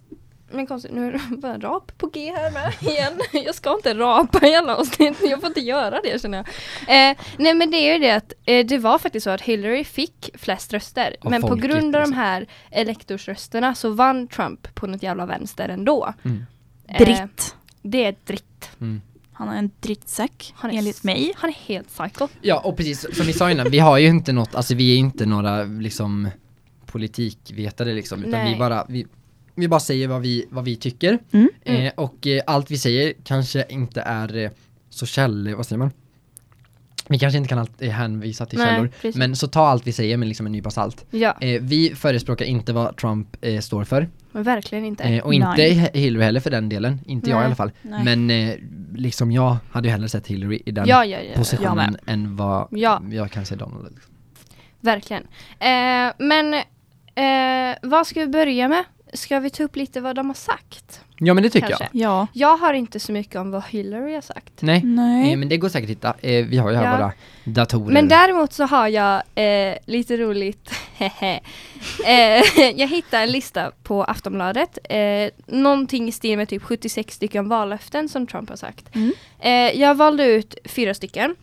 [SPEAKER 2] men konstigt, nu är det bara en rap på G här med <laughs> igen. Jag ska inte rapa i alla avsnitt, jag får inte göra det känner jag. Eh, nej men det är ju det att eh, det var faktiskt så att Hillary fick flest röster,
[SPEAKER 3] Och
[SPEAKER 2] men på
[SPEAKER 3] folkligt,
[SPEAKER 2] grund av de
[SPEAKER 3] liksom.
[SPEAKER 2] här elektorsrösterna så vann Trump på något jävla vänster ändå.
[SPEAKER 3] Mm.
[SPEAKER 2] Eh,
[SPEAKER 1] Dritt.
[SPEAKER 2] det är dritt.
[SPEAKER 3] Mm.
[SPEAKER 1] Han är en drittsäck,
[SPEAKER 2] Han är
[SPEAKER 1] enligt mig.
[SPEAKER 2] Han är helt psycho.
[SPEAKER 3] Ja och precis som vi sa innan, vi har ju inte något, alltså vi är inte några liksom politikvetare liksom utan
[SPEAKER 2] Nej.
[SPEAKER 3] vi bara, vi, vi bara säger vad vi, vad vi tycker
[SPEAKER 1] Mm.
[SPEAKER 3] eh, och eh, allt vi säger kanske inte är eh, så käll, vad säger man? Vi kanske inte kan alltid hänvisa till
[SPEAKER 2] Nej,
[SPEAKER 3] källor
[SPEAKER 2] precis.
[SPEAKER 3] men så ta allt vi säger med liksom en nypa salt.
[SPEAKER 2] Ja,
[SPEAKER 3] Eh, vi förespråkar inte vad Trump eh, står för
[SPEAKER 2] men verkligen inte.
[SPEAKER 3] eh, och inte
[SPEAKER 1] Nej.
[SPEAKER 3] Hi- Hillary heller för den delen, inte jag
[SPEAKER 2] Nej.
[SPEAKER 3] i alla fall.
[SPEAKER 1] Nej.
[SPEAKER 3] Men eh, liksom jag hade ju hellre sett Hillary i den
[SPEAKER 2] ja, ja, ja.
[SPEAKER 1] Jag
[SPEAKER 3] positionen
[SPEAKER 1] med.
[SPEAKER 3] än vad
[SPEAKER 2] Ja.
[SPEAKER 3] jag kan se Donald.
[SPEAKER 2] Verkligen. Eh, men eh, vad ska vi börja med? Ska vi ta upp lite vad de har sagt?
[SPEAKER 3] Ja men det tycker
[SPEAKER 2] Kanske.
[SPEAKER 3] jag.
[SPEAKER 1] Ja.
[SPEAKER 2] Jag har inte så mycket om vad Hillary har sagt.
[SPEAKER 3] Nej.
[SPEAKER 1] Nej.
[SPEAKER 3] Eh, men det går säkert att hitta. Eh, vi har ju här
[SPEAKER 2] Ja.
[SPEAKER 3] våra datorer.
[SPEAKER 2] Men däremot så har jag eh, lite roligt. <laughs> eh, <laughs> jag hittade en lista på Aftonbladet. Eh, någonting i stil med typ 76 stycken vallöften som Trump har sagt.
[SPEAKER 1] Mm.
[SPEAKER 2] Eh, jag valde ut fyra stycken.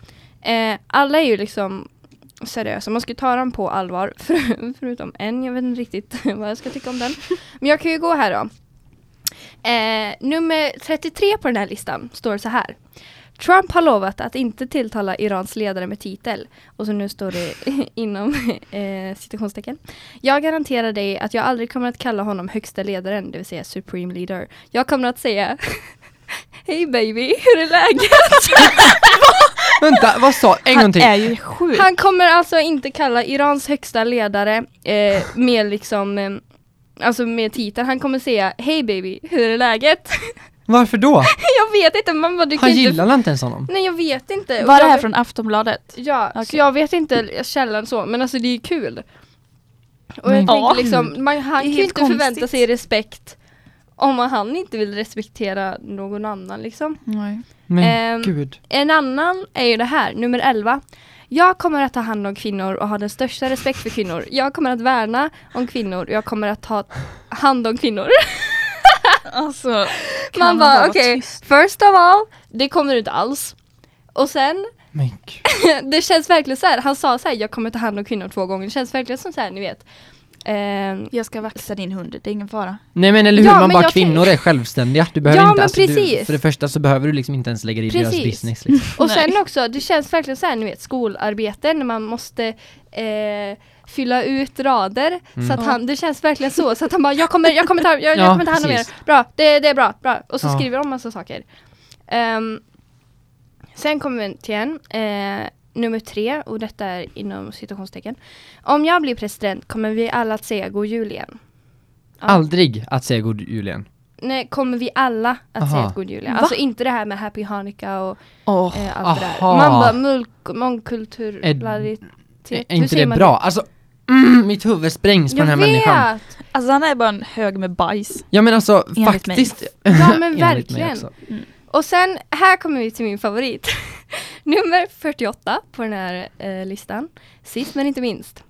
[SPEAKER 2] Eh, alla är ju liksom seriösa, man ska ju ta dem på allvar. <laughs> För, förutom en, jag vet inte riktigt <laughs> vad jag ska tycka om den. Men jag kan ju gå här då. Eh, nummer 33 på den här listan står så här. Trump har lovat att inte tilltala Irans ledare med titel. Och så nu står det <laughs> inom eh, citationstecken. Jag garanterar dig att jag aldrig kommer att kalla honom högsta ledaren, det vill säga Supreme Leader. Jag kommer att säga <laughs> Hej baby, hur är läget?
[SPEAKER 3] Vänta, vad sa, en gång
[SPEAKER 1] Han
[SPEAKER 3] till.
[SPEAKER 1] är ju sjuk.
[SPEAKER 2] Han kommer alltså inte kalla Irans högsta ledare eh, med liksom eh, Alltså med titeln, han kommer säga Hej baby, hur är läget? <laughs>
[SPEAKER 3] Varför då?
[SPEAKER 2] jag vet inte, man bara, du kan
[SPEAKER 3] Han
[SPEAKER 2] ju inte...
[SPEAKER 3] gillar inte ens honom.
[SPEAKER 2] Nej jag vet inte. Och
[SPEAKER 1] Var det
[SPEAKER 2] jag
[SPEAKER 1] här
[SPEAKER 2] vet-
[SPEAKER 1] från Aftonbladet?
[SPEAKER 2] Ja, så
[SPEAKER 1] Okej.
[SPEAKER 2] jag vet inte källan så, men alltså det är ju kul. Och jag
[SPEAKER 3] Men
[SPEAKER 2] tänkte
[SPEAKER 1] gud.
[SPEAKER 2] liksom, man, han
[SPEAKER 1] Det är
[SPEAKER 2] kan ju
[SPEAKER 1] helt
[SPEAKER 2] inte förvänta
[SPEAKER 1] konstigt.
[SPEAKER 2] sig respekt om han inte vill respektera någon annan liksom.
[SPEAKER 1] Nej.
[SPEAKER 3] Men
[SPEAKER 2] Ehm,
[SPEAKER 3] gud.
[SPEAKER 2] En annan är ju det här, nummer 11. Jag kommer att ta hand om kvinnor och ha den största respekt för kvinnor. Jag kommer att värna om kvinnor och jag kommer att ta hand om kvinnor.
[SPEAKER 1] Alltså, kan
[SPEAKER 2] Man
[SPEAKER 1] han
[SPEAKER 2] bara
[SPEAKER 1] vara
[SPEAKER 2] okej,
[SPEAKER 1] tyst?
[SPEAKER 2] first of all, det kommer du inte alls. Och sen, <laughs>
[SPEAKER 3] Men gud.
[SPEAKER 2] det känns verkligen så här. han sa så här, jag kommer ta hand om kvinnor två gånger. Det känns verkligen som så här, ni vet. Ehm,
[SPEAKER 1] Jag ska vakta din hund, det är ingen fara.
[SPEAKER 3] Nej men eller hur,
[SPEAKER 2] Ja,
[SPEAKER 3] man
[SPEAKER 2] men
[SPEAKER 3] bara
[SPEAKER 2] jag kan-
[SPEAKER 3] kvinnor är självständiga. Du behöver
[SPEAKER 2] Ja,
[SPEAKER 3] inte,
[SPEAKER 2] men
[SPEAKER 3] alltså, du,
[SPEAKER 2] precis.
[SPEAKER 3] för det första så behöver du liksom inte ens lägga dig i deras
[SPEAKER 2] Precis. <laughs>
[SPEAKER 3] business. Liksom.
[SPEAKER 2] och
[SPEAKER 1] Nej.
[SPEAKER 2] sen också, det känns verkligen så här, ni vet skolarbeten när man måste eh, fylla ut rader. Så att
[SPEAKER 1] Ja.
[SPEAKER 2] han, det känns verkligen så, så att han bara jag kommer, jag kommer ta, jag,
[SPEAKER 3] Mm. Ja,
[SPEAKER 2] jag kommer ta hand om er.
[SPEAKER 3] precis.
[SPEAKER 2] Bra, det, det är bra, bra. Och så
[SPEAKER 3] Ja.
[SPEAKER 2] skriver de massa saker. Ehm, sen kommer vi till en, eh, nummer tre, och detta är inom citationstecken. Om jag blir president kommer vi alla att säga god jul igen. Ja.
[SPEAKER 3] Aldrig att säga god jul igen.
[SPEAKER 2] Nej, kommer vi alla att
[SPEAKER 3] Aha.
[SPEAKER 2] säga ett god jul? igen?
[SPEAKER 1] Va?
[SPEAKER 2] Alltså inte det här med happy hanukka och
[SPEAKER 1] Åh,
[SPEAKER 2] eh, allt det
[SPEAKER 3] Aha.
[SPEAKER 2] där. Man bara mulk-
[SPEAKER 3] Är-
[SPEAKER 2] mångkulturalitet.
[SPEAKER 3] Är
[SPEAKER 2] Typ. Hur
[SPEAKER 3] inte
[SPEAKER 2] säger
[SPEAKER 3] det
[SPEAKER 2] man
[SPEAKER 3] bra? Alltså, mm, mitt huvud sprängs på
[SPEAKER 2] Jag
[SPEAKER 3] den här
[SPEAKER 2] vet!
[SPEAKER 3] människan.
[SPEAKER 1] Alltså han är bara en hög med bajs.
[SPEAKER 3] Ja men alltså
[SPEAKER 1] Enligt mig.
[SPEAKER 3] faktiskt.
[SPEAKER 2] Ja men
[SPEAKER 3] <laughs> Enligt mig
[SPEAKER 2] verkligen.
[SPEAKER 3] också.
[SPEAKER 2] Och Och sen, här kommer vi till min favorit. <laughs> Nummer 48 på den här eh, listan. Sist men inte minst.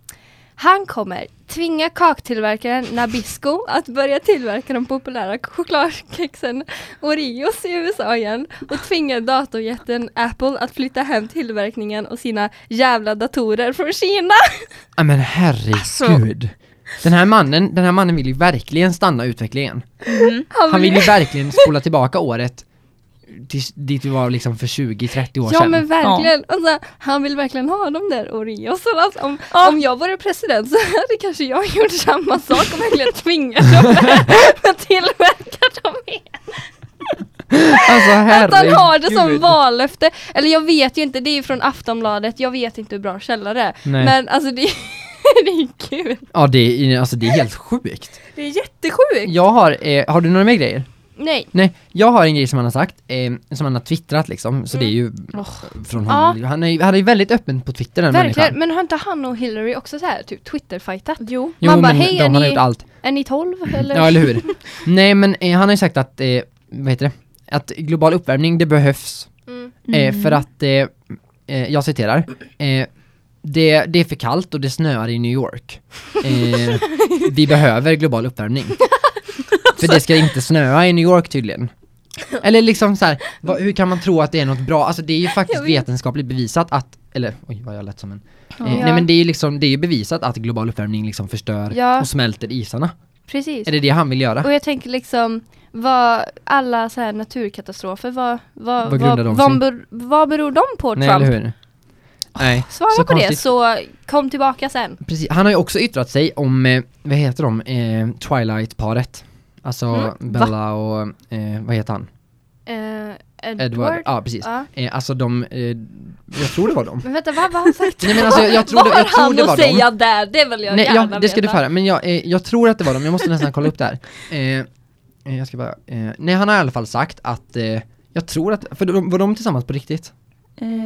[SPEAKER 2] Han kommer tvinga kaktillverkaren Nabisco att börja tillverka de populära chokladkexen Oreos i USA igen och tvinga datorjätten Apple att flytta hem tillverkningen och sina jävla datorer från Kina. <laughs>
[SPEAKER 3] Ja men herregud.
[SPEAKER 2] Alltså.
[SPEAKER 3] Den här mannen, den här mannen vill ju verkligen stanna utvecklingen. Han vill ju verkligen spola tillbaka året till, dit vi var liksom för 20-30 år
[SPEAKER 2] Ja
[SPEAKER 3] sedan.
[SPEAKER 2] men verkligen, alltså, han vill verkligen ha de där Oreosarna. Alltså, om, om jag vore president så hade kanske jag gjort samma sak och verkligen tvingat dem <laughs> att tillverka dem igen.
[SPEAKER 3] Alltså herregud.
[SPEAKER 2] Att han har det som vallöfte. Eller jag vet ju inte, det är ju från Aftonbladet, jag vet inte hur bra källa det är.
[SPEAKER 3] Nej.
[SPEAKER 2] Men alltså det, <laughs> det är ju kul.
[SPEAKER 3] Ja det är, alltså, det är helt sjukt.
[SPEAKER 2] Det är jättesjukt.
[SPEAKER 3] Jag har, eh, har du några mer grejer?
[SPEAKER 2] Nej.
[SPEAKER 3] Nej, jag har en grej som han har sagt, eh, som han har twittrat liksom, så det är ju från honom. Han, är, ju- han är ju väldigt öppen på Twitter den
[SPEAKER 2] Mm. Verkligen,
[SPEAKER 3] människan.
[SPEAKER 2] men har inte han och Hillary också så här typ twitterfightat?
[SPEAKER 1] Jo.
[SPEAKER 3] Jo
[SPEAKER 2] Man bara,
[SPEAKER 3] men
[SPEAKER 2] "Hej, är
[SPEAKER 3] de har
[SPEAKER 2] ni-
[SPEAKER 3] gjort allt.
[SPEAKER 2] Är ni 12 eller?
[SPEAKER 3] Ja eller hur. Nej men eh, han har ju sagt att, eh, vad heter det, att global uppvärmning det behövs.
[SPEAKER 2] Mm.
[SPEAKER 3] Eh, för att, eh, eh, jag citerar, eh, det, det är för kallt och det snöar i New York. Eh, vi behöver
[SPEAKER 2] <laughs>
[SPEAKER 3] global uppvärmning. För det ska inte snöa i New York tydligen. Eller liksom så här, va, hur kan man tro att det är något bra? Alltså det är ju faktiskt
[SPEAKER 2] Jag vet.
[SPEAKER 3] vetenskapligt bevisat att, eller oj vad jag lät som en. Eh,
[SPEAKER 2] Ja.
[SPEAKER 3] Nej men det är ju liksom, det är ju bevisat att global uppvärmning liksom förstör
[SPEAKER 2] Ja.
[SPEAKER 3] och smälter isarna.
[SPEAKER 2] Precis.
[SPEAKER 3] Är det det han vill göra?
[SPEAKER 2] Och jag tänker liksom vad alla så här naturkatastrofer, vad, vad,
[SPEAKER 3] Vad
[SPEAKER 2] vad,
[SPEAKER 3] grundar
[SPEAKER 2] vad,
[SPEAKER 3] de sig?
[SPEAKER 2] beror, vad beror de på
[SPEAKER 3] Nej eller
[SPEAKER 2] Trump?
[SPEAKER 3] hur? Nej.
[SPEAKER 2] Svara
[SPEAKER 3] Så
[SPEAKER 2] på det
[SPEAKER 3] konstigt.
[SPEAKER 2] så kom tillbaka sen.
[SPEAKER 3] Precis, han har ju också yttrat sig om, eh, vad heter de, eh, Twilight-paret. Alltså
[SPEAKER 2] Mm, va?
[SPEAKER 3] Bella och, eh, vad heter han?
[SPEAKER 2] Eh, Edward.
[SPEAKER 3] Edward. Ja, precis.
[SPEAKER 2] Ja.
[SPEAKER 3] Eh, alltså de, eh, jag tror det
[SPEAKER 2] <laughs>
[SPEAKER 3] var dem.
[SPEAKER 2] Men vänta, vad vad har
[SPEAKER 3] <laughs>
[SPEAKER 2] han sagt?
[SPEAKER 3] Nej men alltså jag tror
[SPEAKER 2] Vad
[SPEAKER 3] det,
[SPEAKER 2] har
[SPEAKER 3] jag tror
[SPEAKER 2] han
[SPEAKER 3] det var
[SPEAKER 2] att
[SPEAKER 3] dem.
[SPEAKER 2] säga där? Det vill jag
[SPEAKER 3] Nej,
[SPEAKER 2] gärna
[SPEAKER 3] ja, det ska du
[SPEAKER 2] veta.
[SPEAKER 3] få höra. Men jag, eh, jag tror att det var dem, jag måste nästan kolla upp det här. Eh, eh, jag ska bara, eh, nej han har i alla fall sagt att, eh, jag tror att, för de, var de tillsammans på riktigt?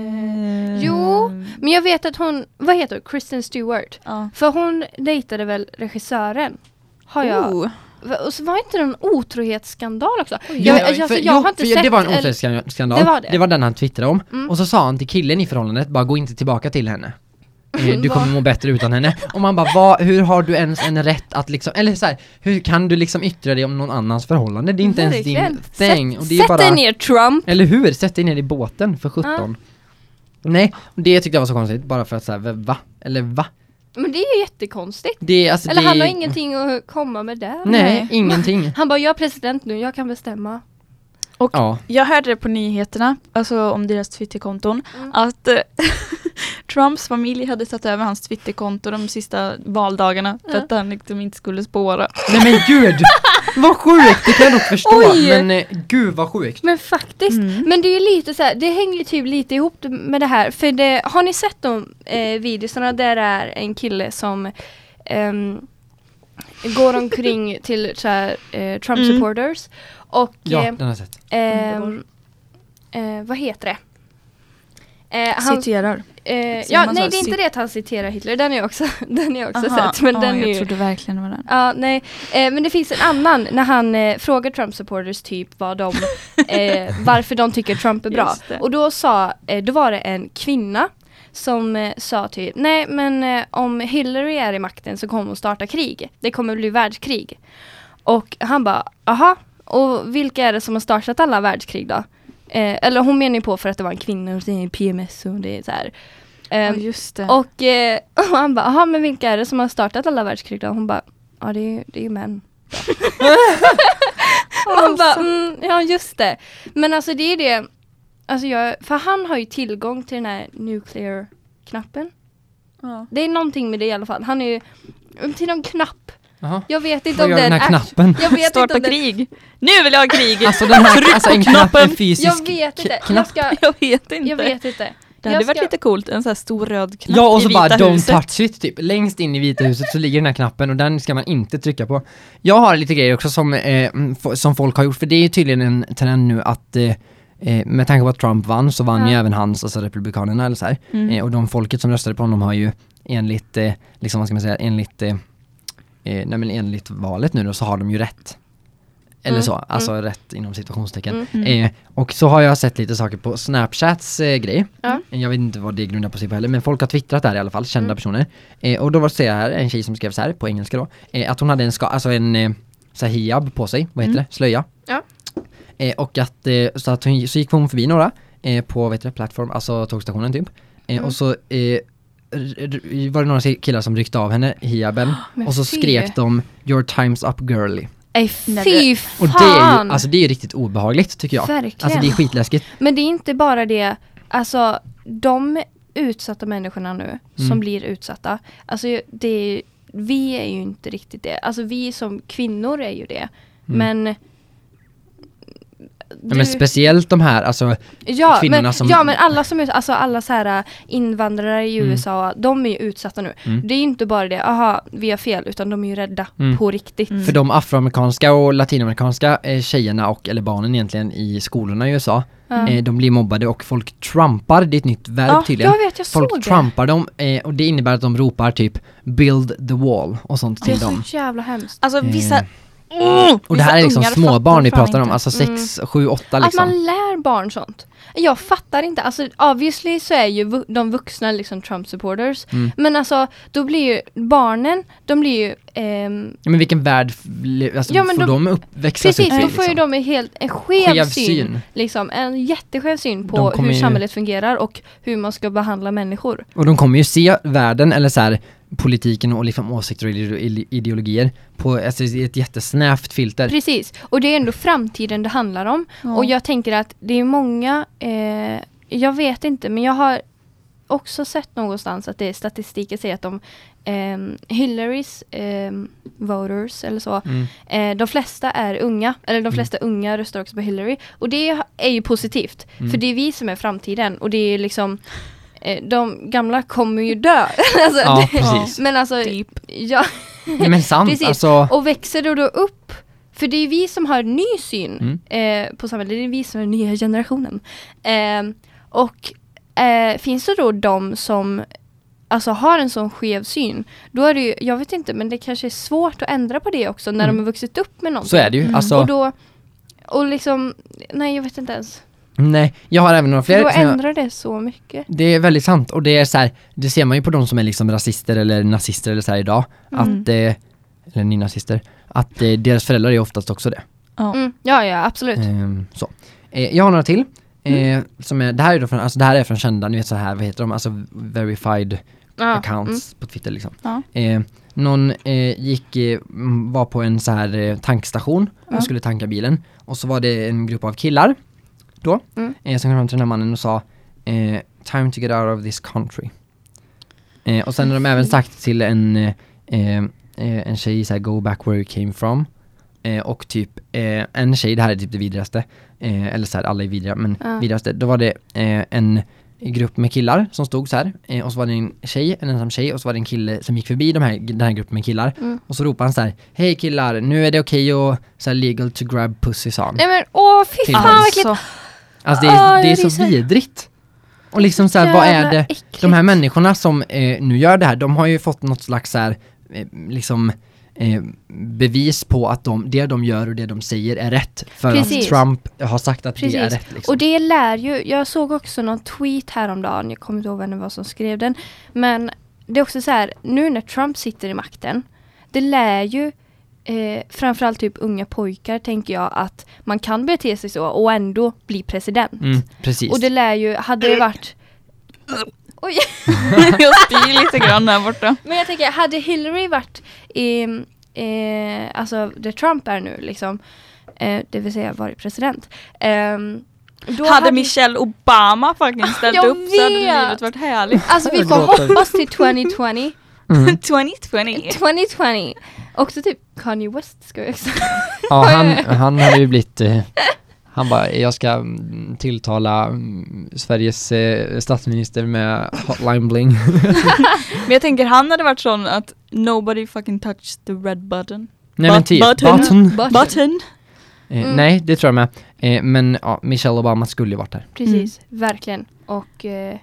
[SPEAKER 1] Eh,
[SPEAKER 2] Jo, men jag vet att hon, vad heter hon? Kristen Stewart.
[SPEAKER 1] Ja.
[SPEAKER 2] För hon dejtade väl regissören? Har jag.
[SPEAKER 1] Oh.
[SPEAKER 2] Va- Och så var inte det någon otrohetsskandal också?
[SPEAKER 3] Jo,
[SPEAKER 2] Jag, alltså,
[SPEAKER 3] för-
[SPEAKER 2] jag
[SPEAKER 3] jo,
[SPEAKER 2] har inte
[SPEAKER 3] för
[SPEAKER 2] sett
[SPEAKER 3] Det var en
[SPEAKER 2] eller-
[SPEAKER 3] otrohetsskandal.
[SPEAKER 2] Det var det.
[SPEAKER 3] den han twittrade om.
[SPEAKER 2] Mm.
[SPEAKER 3] Och så sa han till killen i förhållandet, bara gå inte tillbaka till henne.
[SPEAKER 2] <laughs>
[SPEAKER 3] Eh, Du
[SPEAKER 2] Va?
[SPEAKER 3] kommer må bättre utan henne. Och man bara, Va, hur har du ens en rätt att liksom, eller så här, hur kan du liksom yttra dig om någon annans förhållande? Det är inte ens din
[SPEAKER 2] Verkligen.
[SPEAKER 3] thing.
[SPEAKER 2] Sätt,
[SPEAKER 3] och det är
[SPEAKER 2] sätt dig
[SPEAKER 3] bara,
[SPEAKER 2] ner Trump!
[SPEAKER 3] eller hur? Sätt dig ner i båten för 17. Nej, och det tyckte jag var så konstigt, bara för att säga va? Eller va?
[SPEAKER 2] Men det är ju jättekonstigt.
[SPEAKER 3] Det är alltså
[SPEAKER 2] Eller
[SPEAKER 3] det,
[SPEAKER 2] han har ingenting att komma med där.
[SPEAKER 3] Nej,
[SPEAKER 1] Nej.
[SPEAKER 2] <laughs>
[SPEAKER 3] ingenting.
[SPEAKER 2] Han bara, jag är president nu, jag kan bestämma.
[SPEAKER 3] Ja.
[SPEAKER 1] Jag hörde det på nyheterna, alltså om deras Twitterkonton,
[SPEAKER 2] Mm.
[SPEAKER 1] att eh, <laughs> Trumps familj hade tagit över hans Twitterkonto de sista valdagarna för
[SPEAKER 2] Ja.
[SPEAKER 1] att han liksom inte skulle spåra.
[SPEAKER 3] Nej men gud! Vad sjukt, det kan jag nog förstå.
[SPEAKER 2] Oj.
[SPEAKER 3] Men eh, gud vad sjukt.
[SPEAKER 2] Men faktiskt,
[SPEAKER 1] Mm.
[SPEAKER 2] men det är ju lite så här, det hänger ju typ lite ihop med det här. För det, har ni sett de eh, videorna där det är en kille som ehm, går
[SPEAKER 1] <laughs>
[SPEAKER 2] omkring till så här, eh, Trump
[SPEAKER 1] Mm.
[SPEAKER 2] supporters och
[SPEAKER 3] Ja,
[SPEAKER 2] eh,
[SPEAKER 3] den har jag sett.
[SPEAKER 2] ehm, eh, vad heter det? Eh, han-
[SPEAKER 1] Citerar.
[SPEAKER 2] Eh,
[SPEAKER 1] Säger
[SPEAKER 2] ja,
[SPEAKER 1] man
[SPEAKER 2] nej
[SPEAKER 1] så?
[SPEAKER 2] det är inte
[SPEAKER 1] Sit-
[SPEAKER 2] det att han citerar Hitler, den har jag också, <laughs> den har jag också
[SPEAKER 1] Aha,
[SPEAKER 2] sett. Men
[SPEAKER 1] ja,
[SPEAKER 2] den är
[SPEAKER 1] jag
[SPEAKER 2] ju,
[SPEAKER 1] trodde verkligen det var den.
[SPEAKER 2] ja, nej. Eh, men det finns en annan när han eh, frågar Trump supporters typ
[SPEAKER 1] <laughs>
[SPEAKER 2] vad de, eh, varför de tycker Trump är bra.
[SPEAKER 1] Just det.
[SPEAKER 2] Och då sa, eh, då var det en kvinna som eh, sa typ, nej men eh, om Hillary är i makten så kommer hon starta krig. Det kommer bli världskrig. Och han bara, aha, och vilka är det som har startat alla världskrig då? Eh, eller hon menar ju på för att det var en kvinna och det är PMS och det är så här.
[SPEAKER 1] Ja,
[SPEAKER 2] Ehm,
[SPEAKER 1] just det.
[SPEAKER 2] och, eh, <laughs> och han bara, jaha men vilka är det som har startat alla världskrig då? Hon bara, ja det är ju det är ju män. och han bara, mm, ja just det. Men alltså det är det, alltså jag, för han har ju tillgång till den här nuclear-knappen.
[SPEAKER 1] ja.
[SPEAKER 2] Det är någonting med det i alla fall. Han är ju, till någon knapp.
[SPEAKER 3] Jaha.
[SPEAKER 2] Jag vet inte
[SPEAKER 3] Vad
[SPEAKER 2] om
[SPEAKER 3] gör
[SPEAKER 2] det är
[SPEAKER 3] den
[SPEAKER 2] en
[SPEAKER 3] här
[SPEAKER 2] act-
[SPEAKER 3] knappen?
[SPEAKER 2] Jag vet inte
[SPEAKER 1] Starta
[SPEAKER 2] om det
[SPEAKER 1] krig! Nu vill jag ha
[SPEAKER 2] <laughs>
[SPEAKER 1] krig!
[SPEAKER 3] Alltså den här, alltså en knapp är
[SPEAKER 2] Jag
[SPEAKER 3] fysisk.
[SPEAKER 2] vet inte.
[SPEAKER 3] knapp.
[SPEAKER 2] Jag, ska,
[SPEAKER 1] jag vet inte.
[SPEAKER 2] jag vet inte.
[SPEAKER 1] Det hade
[SPEAKER 2] jag
[SPEAKER 1] varit
[SPEAKER 2] ska-
[SPEAKER 1] lite coolt, en sån här stor röd knapp
[SPEAKER 3] Ja och
[SPEAKER 1] i
[SPEAKER 3] så
[SPEAKER 1] Vita
[SPEAKER 3] bara don't
[SPEAKER 1] huset.
[SPEAKER 3] touch it typ, längst in i Vita huset så ligger den här knappen och den ska man inte trycka på. Jag har lite grejer också som, eh, mm, fo- som folk har gjort, för det är tydligen en trend nu att eh, eh, med tanke på att Trump vann så vann
[SPEAKER 2] Ja.
[SPEAKER 3] ju även hans, alltså republikanerna eller så här.
[SPEAKER 1] Mm.
[SPEAKER 3] Eh, och de folket som röstade på honom har ju enligt, eh, liksom vad ska man säga, enligt, eh, eh, nej men enligt valet nu då så har de ju rätt. eller
[SPEAKER 2] Mm,
[SPEAKER 3] så, alltså rätt inom situationstecken.
[SPEAKER 2] Mm.
[SPEAKER 1] Mm.
[SPEAKER 3] Eh, och så har jag sett lite saker på Snapchats eh, grej.
[SPEAKER 2] Ja.
[SPEAKER 3] Jag vet inte vad det grundar på sig på heller, men folk har twittrat där i alla fall, kända
[SPEAKER 2] Mm.
[SPEAKER 3] personer. Eh, och då var det så här, en tjej som skrev så här, på engelska då, eh, att hon hade en, ska, alltså en eh, så här hijab på sig, vad heter
[SPEAKER 1] Mm.
[SPEAKER 3] det, slöja.
[SPEAKER 2] Ja.
[SPEAKER 3] Eh, och att, eh, så, att hon, så gick hon förbi några eh, på, vad heter det, plattform, alltså tågstationen typ. Eh,
[SPEAKER 2] Mm.
[SPEAKER 3] Och så eh, r- r- var det några killar som ryckte av henne hijaben
[SPEAKER 2] <gasps> Men
[SPEAKER 3] och så
[SPEAKER 2] fy.
[SPEAKER 3] skrek de “Your time's up girly”.
[SPEAKER 2] Nej
[SPEAKER 1] Nej,
[SPEAKER 2] fy fan!
[SPEAKER 3] Och det är ju, alltså det är ju riktigt obehagligt tycker jag.
[SPEAKER 2] Verkligen.
[SPEAKER 3] Alltså det är skitläskigt.
[SPEAKER 2] Men det är inte bara det, alltså de utsatta människorna nu
[SPEAKER 3] Mm.
[SPEAKER 2] som blir utsatta, alltså det är, ju- vi är ju inte riktigt det. Alltså vi som kvinnor är ju det. Men...
[SPEAKER 3] Mm. Ja, men speciellt de här, alltså
[SPEAKER 2] ja,
[SPEAKER 3] kvinnorna
[SPEAKER 2] men,
[SPEAKER 3] som-
[SPEAKER 2] ja men alla som ut- alltså alla så här äh, invandrare i
[SPEAKER 3] Mm.
[SPEAKER 2] USA, de är ju utsatta nu.
[SPEAKER 3] Mm.
[SPEAKER 2] Det är ju inte bara det, aha vi har fel, utan de är ju rädda
[SPEAKER 3] Mm.
[SPEAKER 2] på riktigt.
[SPEAKER 1] Mm.
[SPEAKER 3] för de afroamerikanska och latinamerikanska eh, tjejerna och, eller barnen egentligen, i skolorna i USA,
[SPEAKER 2] Ja.
[SPEAKER 3] eh, de blir mobbade och folk trampar, det är ett nytt verb
[SPEAKER 2] ja,
[SPEAKER 3] tydligen.
[SPEAKER 2] jag vet, jag
[SPEAKER 3] Folk
[SPEAKER 2] såg det.
[SPEAKER 3] trampar dem eh, och det innebär att de ropar typ “build the wall” och sånt
[SPEAKER 2] Det är
[SPEAKER 3] till dem.
[SPEAKER 2] så jävla hemskt.
[SPEAKER 1] Alltså vissa...
[SPEAKER 3] Eh, Och det här är liksom småbarn vi pratar om, alltså
[SPEAKER 2] Mm.
[SPEAKER 3] 6, 7, 8
[SPEAKER 2] Att man
[SPEAKER 3] liksom.
[SPEAKER 2] lär barn sånt. Jag fattar inte, alltså obviously så är ju vu- de vuxna liksom Trump-supporters.
[SPEAKER 3] Mm.
[SPEAKER 2] Men alltså då blir ju barnen, de blir ju ehm,
[SPEAKER 3] Ja, men vilken värld f- le- alltså,
[SPEAKER 2] Ja, men
[SPEAKER 3] får
[SPEAKER 2] då-
[SPEAKER 3] de upp, växas
[SPEAKER 2] Precis,
[SPEAKER 3] upp i? liksom?
[SPEAKER 2] då får ju de en helt en skev,
[SPEAKER 3] Skev
[SPEAKER 2] syn,
[SPEAKER 3] syn.
[SPEAKER 2] Liksom, en jätteskev syn på
[SPEAKER 3] De kommer
[SPEAKER 2] hur
[SPEAKER 3] ju-
[SPEAKER 2] samhället fungerar och hur man ska behandla människor.
[SPEAKER 3] Och de kommer ju se världen, eller så här, politiken och liksom åsikter och ide- ideologier på alltså, i ett jättesnävt filter.
[SPEAKER 2] Precis, och det är ändå framtiden det handlar om.
[SPEAKER 1] Ja.
[SPEAKER 2] Och jag tänker att det är många, eh, jag vet inte, men jag har också sett någonstans att det är statistiken säger att de ehm, Hillarys ehm, voters eller så,
[SPEAKER 3] Mm.
[SPEAKER 2] eh, de flesta är unga, eller de flesta unga röstar också på Hillary. Och det ha- är ju positivt,
[SPEAKER 3] Mm.
[SPEAKER 2] för det är vi som är framtiden och det är liksom eh, de gamla kommer ju dö. <laughs> alltså,
[SPEAKER 3] Ja,
[SPEAKER 2] det-
[SPEAKER 3] precis.
[SPEAKER 2] Men alltså,
[SPEAKER 1] Deep.
[SPEAKER 2] ja,
[SPEAKER 3] Nej, <laughs> Men sant,
[SPEAKER 2] Precis.
[SPEAKER 3] alltså.
[SPEAKER 2] och växer du då upp för det är vi som har en ny syn
[SPEAKER 3] Mm.
[SPEAKER 2] eh, på samhället, det är vi som är den nya generationen. Eh, och eh, finns det då de som alltså, har en sån skev syn, då är det ju, jag vet inte, men det kanske är svårt att ändra på det också när
[SPEAKER 3] Mm.
[SPEAKER 2] de har vuxit upp med någonting.
[SPEAKER 3] Så är det ju.
[SPEAKER 1] Mm.
[SPEAKER 3] Alltså,
[SPEAKER 2] Och då, och liksom, nej jag vet inte ens.
[SPEAKER 3] nej, jag har även några
[SPEAKER 2] För
[SPEAKER 3] fler.
[SPEAKER 2] då
[SPEAKER 3] som jag-
[SPEAKER 2] ändrar det så mycket.
[SPEAKER 3] Det är väldigt sant och det är så här, det ser man ju på de som är liksom rasister eller nazister eller så här idag.
[SPEAKER 1] Mm.
[SPEAKER 3] Att, eh, eller nynazister, att eh, deras föräldrar är oftast också det.
[SPEAKER 1] Ja.
[SPEAKER 2] Mm, ja, ja, absolut.
[SPEAKER 3] Ehm, så. Eh, jag har några till. Eh, som är, det, här är då från, alltså det här är från kända, ni vet så här, vad heter de, alltså verified
[SPEAKER 2] Ja,
[SPEAKER 3] accounts på Twitter liksom.
[SPEAKER 1] Ja.
[SPEAKER 3] Eh, någon eh, gick, eh, m- var på en så här eh, tankstation
[SPEAKER 1] Ja.
[SPEAKER 3] och skulle tanka bilen och så var det en grupp av killar då
[SPEAKER 2] Mm.
[SPEAKER 3] eh, som kom fram till den här mannen och sa eh, “Time to get out of this country”. Eh, och sen har de även sagt till en, eh, eh, en tjej så här “Go back where you came from” eh, och typ eh, en tjej, det här är typ det vidrigaste, eh, eller så här alla är vidriga men
[SPEAKER 2] Ja.
[SPEAKER 3] vidrigaste, då var det eh, en grupp med killar som stod så här eh, och så var det en tjej, en ensam tjej och så var det en kille som gick förbi de här, den här gruppen med killar
[SPEAKER 2] Mm.
[SPEAKER 3] och så ropade han så här Hej killar, nu är det okej att så här legal to grab pussy sa han.
[SPEAKER 2] Nej men åh, fy
[SPEAKER 3] Till
[SPEAKER 2] fan vad äckligt!
[SPEAKER 1] Alltså,
[SPEAKER 2] <laughs>
[SPEAKER 3] Alltså det är,
[SPEAKER 2] Åh,
[SPEAKER 3] det är
[SPEAKER 2] jag
[SPEAKER 3] så
[SPEAKER 2] ryser.
[SPEAKER 3] vidrigt. Och liksom så här, vad
[SPEAKER 2] Jävla
[SPEAKER 3] är det,
[SPEAKER 2] äckligt.
[SPEAKER 3] de här människorna som eh, nu gör det här, de har ju fått något slags så här, eh, liksom eh, bevis på att de, det de gör och det de säger är rätt. För
[SPEAKER 2] Precis.
[SPEAKER 3] att Trump har sagt att det är
[SPEAKER 2] Precis.
[SPEAKER 3] rätt. Liksom.
[SPEAKER 2] Och det lär ju, jag såg också någon tweet häromdagen, jag kommer inte ihåg vem det var som skrev den. Men det är också så här, nu när Trump sitter i makten, det lär ju eh, framförallt typ unga pojkar tänker jag att man kan bete sig så och ändå bli president.
[SPEAKER 3] mm, precis.
[SPEAKER 2] Och det lär ju, hade det
[SPEAKER 3] <sniffs>
[SPEAKER 2] varit Oj. <laughs>
[SPEAKER 1] jag <laughs> spyr lite grann här borta.
[SPEAKER 2] Men jag tänker, hade Hillary varit i, eh, alltså det Trump är nu liksom, eh, det vill säga varit president. ehm, då
[SPEAKER 1] hade, Michelle Obama fucking ställt
[SPEAKER 2] Jag
[SPEAKER 1] upp så hade
[SPEAKER 2] vet.
[SPEAKER 1] livet varit härligt.
[SPEAKER 2] Alltså vi
[SPEAKER 3] Jag
[SPEAKER 2] får
[SPEAKER 3] gråter.
[SPEAKER 2] hoppas till 2020.
[SPEAKER 3] Mm.
[SPEAKER 1] <laughs> 2020.
[SPEAKER 2] 2020. Också typ Kanye West ska jag också. <laughs>
[SPEAKER 3] Ja, han, han har ju blivit... eh, Han bara, jag ska mm, tilltala mm, Sveriges eh, statsminister med hotline bling.
[SPEAKER 1] Men jag tänker han hade varit sån att nobody fucking touched the red button.
[SPEAKER 3] Nej men typ,
[SPEAKER 1] Button.
[SPEAKER 2] <laughs>
[SPEAKER 3] button.
[SPEAKER 1] Button.
[SPEAKER 3] Eh,
[SPEAKER 2] Mm.
[SPEAKER 3] Nej, det tror jag med. Eh, men ja, Michelle Obama skulle ju varit där.
[SPEAKER 2] Precis, verkligen. Och eh,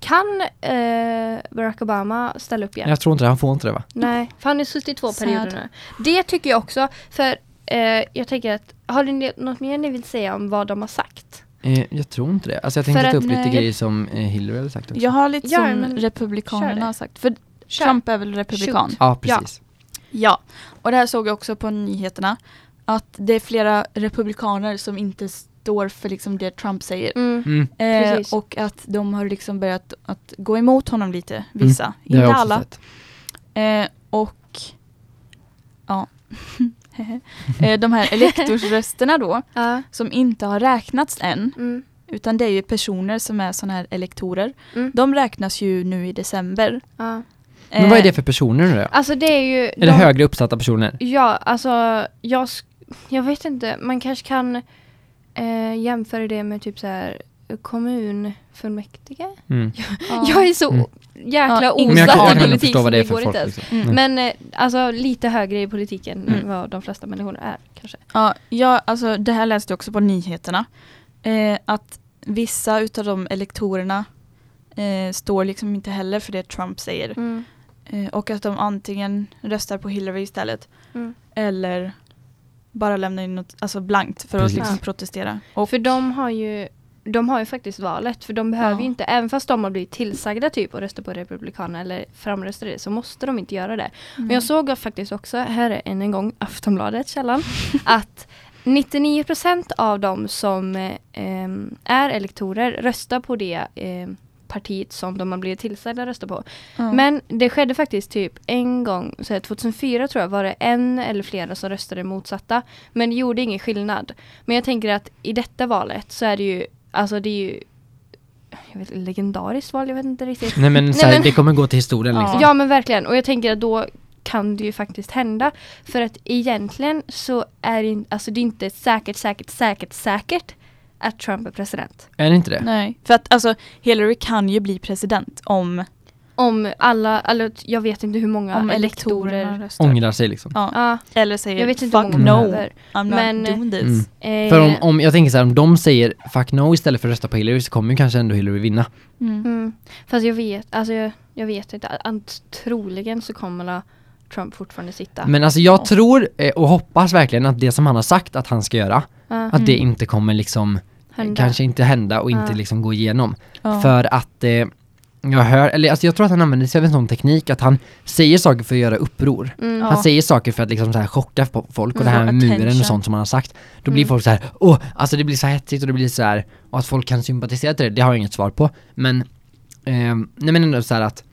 [SPEAKER 2] kan eh, Barack Obama ställa upp igen?
[SPEAKER 3] Jag tror inte det, han får inte det va?
[SPEAKER 2] Nej, för han är 72
[SPEAKER 1] Sad.
[SPEAKER 2] perioder nu. Det tycker jag också, för eh, jag tänker att, har ni ne- något mer ni vill säga om vad de har sagt?
[SPEAKER 3] Eh, jag tror inte det. Alltså jag tänkte
[SPEAKER 1] För
[SPEAKER 3] ta
[SPEAKER 1] att
[SPEAKER 3] upp lite
[SPEAKER 1] när-
[SPEAKER 3] grejer som eh, Hillary hade sagt också.
[SPEAKER 1] Jag har lite
[SPEAKER 2] Ja,
[SPEAKER 1] som
[SPEAKER 2] men kör det.
[SPEAKER 1] Republikanerna har sagt. För
[SPEAKER 2] Kör.
[SPEAKER 1] Trump är väl republikan?
[SPEAKER 3] Ja, precis.
[SPEAKER 1] Ja. Och det här såg jag också på nyheterna. Att det är flera republikaner som inte står för liksom det Trump säger.
[SPEAKER 2] Mm.
[SPEAKER 3] Mm.
[SPEAKER 1] Eh,
[SPEAKER 2] Precis.
[SPEAKER 1] och att de har liksom börjat att gå emot honom lite, vissa.
[SPEAKER 3] Mm. Det har jag
[SPEAKER 1] Inte
[SPEAKER 3] också
[SPEAKER 1] alla.
[SPEAKER 3] sett.
[SPEAKER 1] Eh, och ja. <laughs> eh, de här elektorsrösterna då,
[SPEAKER 2] Ja.
[SPEAKER 1] som inte har räknats än,
[SPEAKER 2] Mm.
[SPEAKER 1] utan det är ju personer som är sådana här elektorer.
[SPEAKER 2] Mm.
[SPEAKER 1] De räknas ju nu i december.
[SPEAKER 2] Ja.
[SPEAKER 3] Men vad är det för personer nu då? Är
[SPEAKER 2] Alltså det är ju... Är
[SPEAKER 3] det högre uppsatta personer? Mm.
[SPEAKER 2] Ja, alltså jag, sk- jag vet inte. Man kanske kan eh, jämföra det med typ så här kommunfullmäktige.
[SPEAKER 3] Mm.
[SPEAKER 1] Ja.
[SPEAKER 2] Jag är så
[SPEAKER 3] Mm.
[SPEAKER 2] jäkla
[SPEAKER 1] Ja,
[SPEAKER 2] osatt
[SPEAKER 1] ingen-
[SPEAKER 3] Men jag kan
[SPEAKER 2] i
[SPEAKER 3] inte heller
[SPEAKER 2] politik
[SPEAKER 3] förstå
[SPEAKER 2] så
[SPEAKER 3] vad det är
[SPEAKER 2] går
[SPEAKER 3] för folk.
[SPEAKER 2] inte ens.
[SPEAKER 3] Liksom.
[SPEAKER 1] Mm.
[SPEAKER 2] Men eh, alltså lite högre i politiken
[SPEAKER 3] Mm.
[SPEAKER 2] än vad de flesta människor är kanske.
[SPEAKER 1] Ja, ja, alltså det här läste jag också på nyheterna. Eh, att vissa utav de elektorerna eh, står liksom inte heller för det Trump säger.
[SPEAKER 2] Mm.
[SPEAKER 1] Eh, och att de antingen röstar på Hillary istället
[SPEAKER 2] Mm.
[SPEAKER 1] eller bara lämnar in något alltså blankt för
[SPEAKER 3] Precis.
[SPEAKER 1] att liksom
[SPEAKER 2] Ja.
[SPEAKER 1] protestera. Och,
[SPEAKER 2] För de har ju de har ju faktiskt valet för de behöver
[SPEAKER 1] Ja.
[SPEAKER 2] ju inte, även fast de har blivit tillsagda typ att rösta på Republikanerna eller framrösta det så måste de inte göra det.
[SPEAKER 1] Mm.
[SPEAKER 2] Men jag såg faktiskt också, här är än en gång Aftonbladet källan, att 99% av de som eh, ehm, är elektorer röstar på det eh, partiet som de har blivit tillsagda att rösta på.
[SPEAKER 1] Ja.
[SPEAKER 2] Men det skedde faktiskt typ en gång, så här 2004 tror jag var det en eller flera som röstade motsatta. Men det gjorde ingen skillnad. Men jag tänker att i detta valet så är det ju, alltså det är ju jag vet, legendariskt val, jag vet inte riktigt.
[SPEAKER 3] Nej men, så här,
[SPEAKER 2] Mm. men-
[SPEAKER 3] det kommer gå till historien
[SPEAKER 1] Ja.
[SPEAKER 3] liksom.
[SPEAKER 2] Ja men verkligen och jag tänker att då kan det ju faktiskt hända. För att egentligen så är det, in- alltså det är inte säkert, säkert, säkert, säkert att Trump är president.
[SPEAKER 3] Är det inte det?
[SPEAKER 1] Nej, för att alltså Hillary kan ju bli president om,
[SPEAKER 2] Om alla, eller jag vet inte hur många
[SPEAKER 1] om elektorerna
[SPEAKER 2] elektorer.
[SPEAKER 1] röstar.
[SPEAKER 3] Ångrar sig liksom.
[SPEAKER 1] Ja.
[SPEAKER 2] Ja,
[SPEAKER 1] Eller säger
[SPEAKER 2] jag vet inte
[SPEAKER 1] fuck
[SPEAKER 2] hur
[SPEAKER 1] no,
[SPEAKER 2] många de
[SPEAKER 3] behöver.
[SPEAKER 2] behöver.
[SPEAKER 1] I'm not doing
[SPEAKER 2] Men-
[SPEAKER 1] this.
[SPEAKER 3] Mm.
[SPEAKER 2] Eh,
[SPEAKER 3] För om, om, jag tänker så här, om de säger fuck no istället för att rösta på Hillary så kommer ju kanske ändå Hillary vinna.
[SPEAKER 1] Mm.
[SPEAKER 2] Mm. Fast jag vet, alltså jag, jag vet inte. Ant, troligen så kommer la Trump fortfarande sitta.
[SPEAKER 3] Men alltså jag
[SPEAKER 1] Ja.
[SPEAKER 3] tror eh, och hoppas verkligen att det som han har sagt att han ska göra,
[SPEAKER 2] Ja,
[SPEAKER 3] att det
[SPEAKER 1] Mm.
[SPEAKER 3] inte kommer liksom,
[SPEAKER 2] hända.
[SPEAKER 3] kanske inte hända och inte
[SPEAKER 2] Ja.
[SPEAKER 3] liksom gå igenom.
[SPEAKER 1] Ja.
[SPEAKER 3] För att eh, jag hör, eller alltså jag tror att han använder sig av en sån teknik att han säger saker för att göra uppror.
[SPEAKER 2] Mm.
[SPEAKER 1] Ja.
[SPEAKER 3] Han säger saker för att liksom så här chocka po- folk och
[SPEAKER 2] Mm.
[SPEAKER 3] det här
[SPEAKER 1] Få
[SPEAKER 3] med muren
[SPEAKER 1] attention.
[SPEAKER 3] och sånt som han har sagt. Då blir
[SPEAKER 2] Mm.
[SPEAKER 3] folk så här, åh, alltså det blir så här hetsigt och det blir så här, och att folk kan sympatisera till det, det har jag inget svar på. Men, ehm, nej men ändå så här att,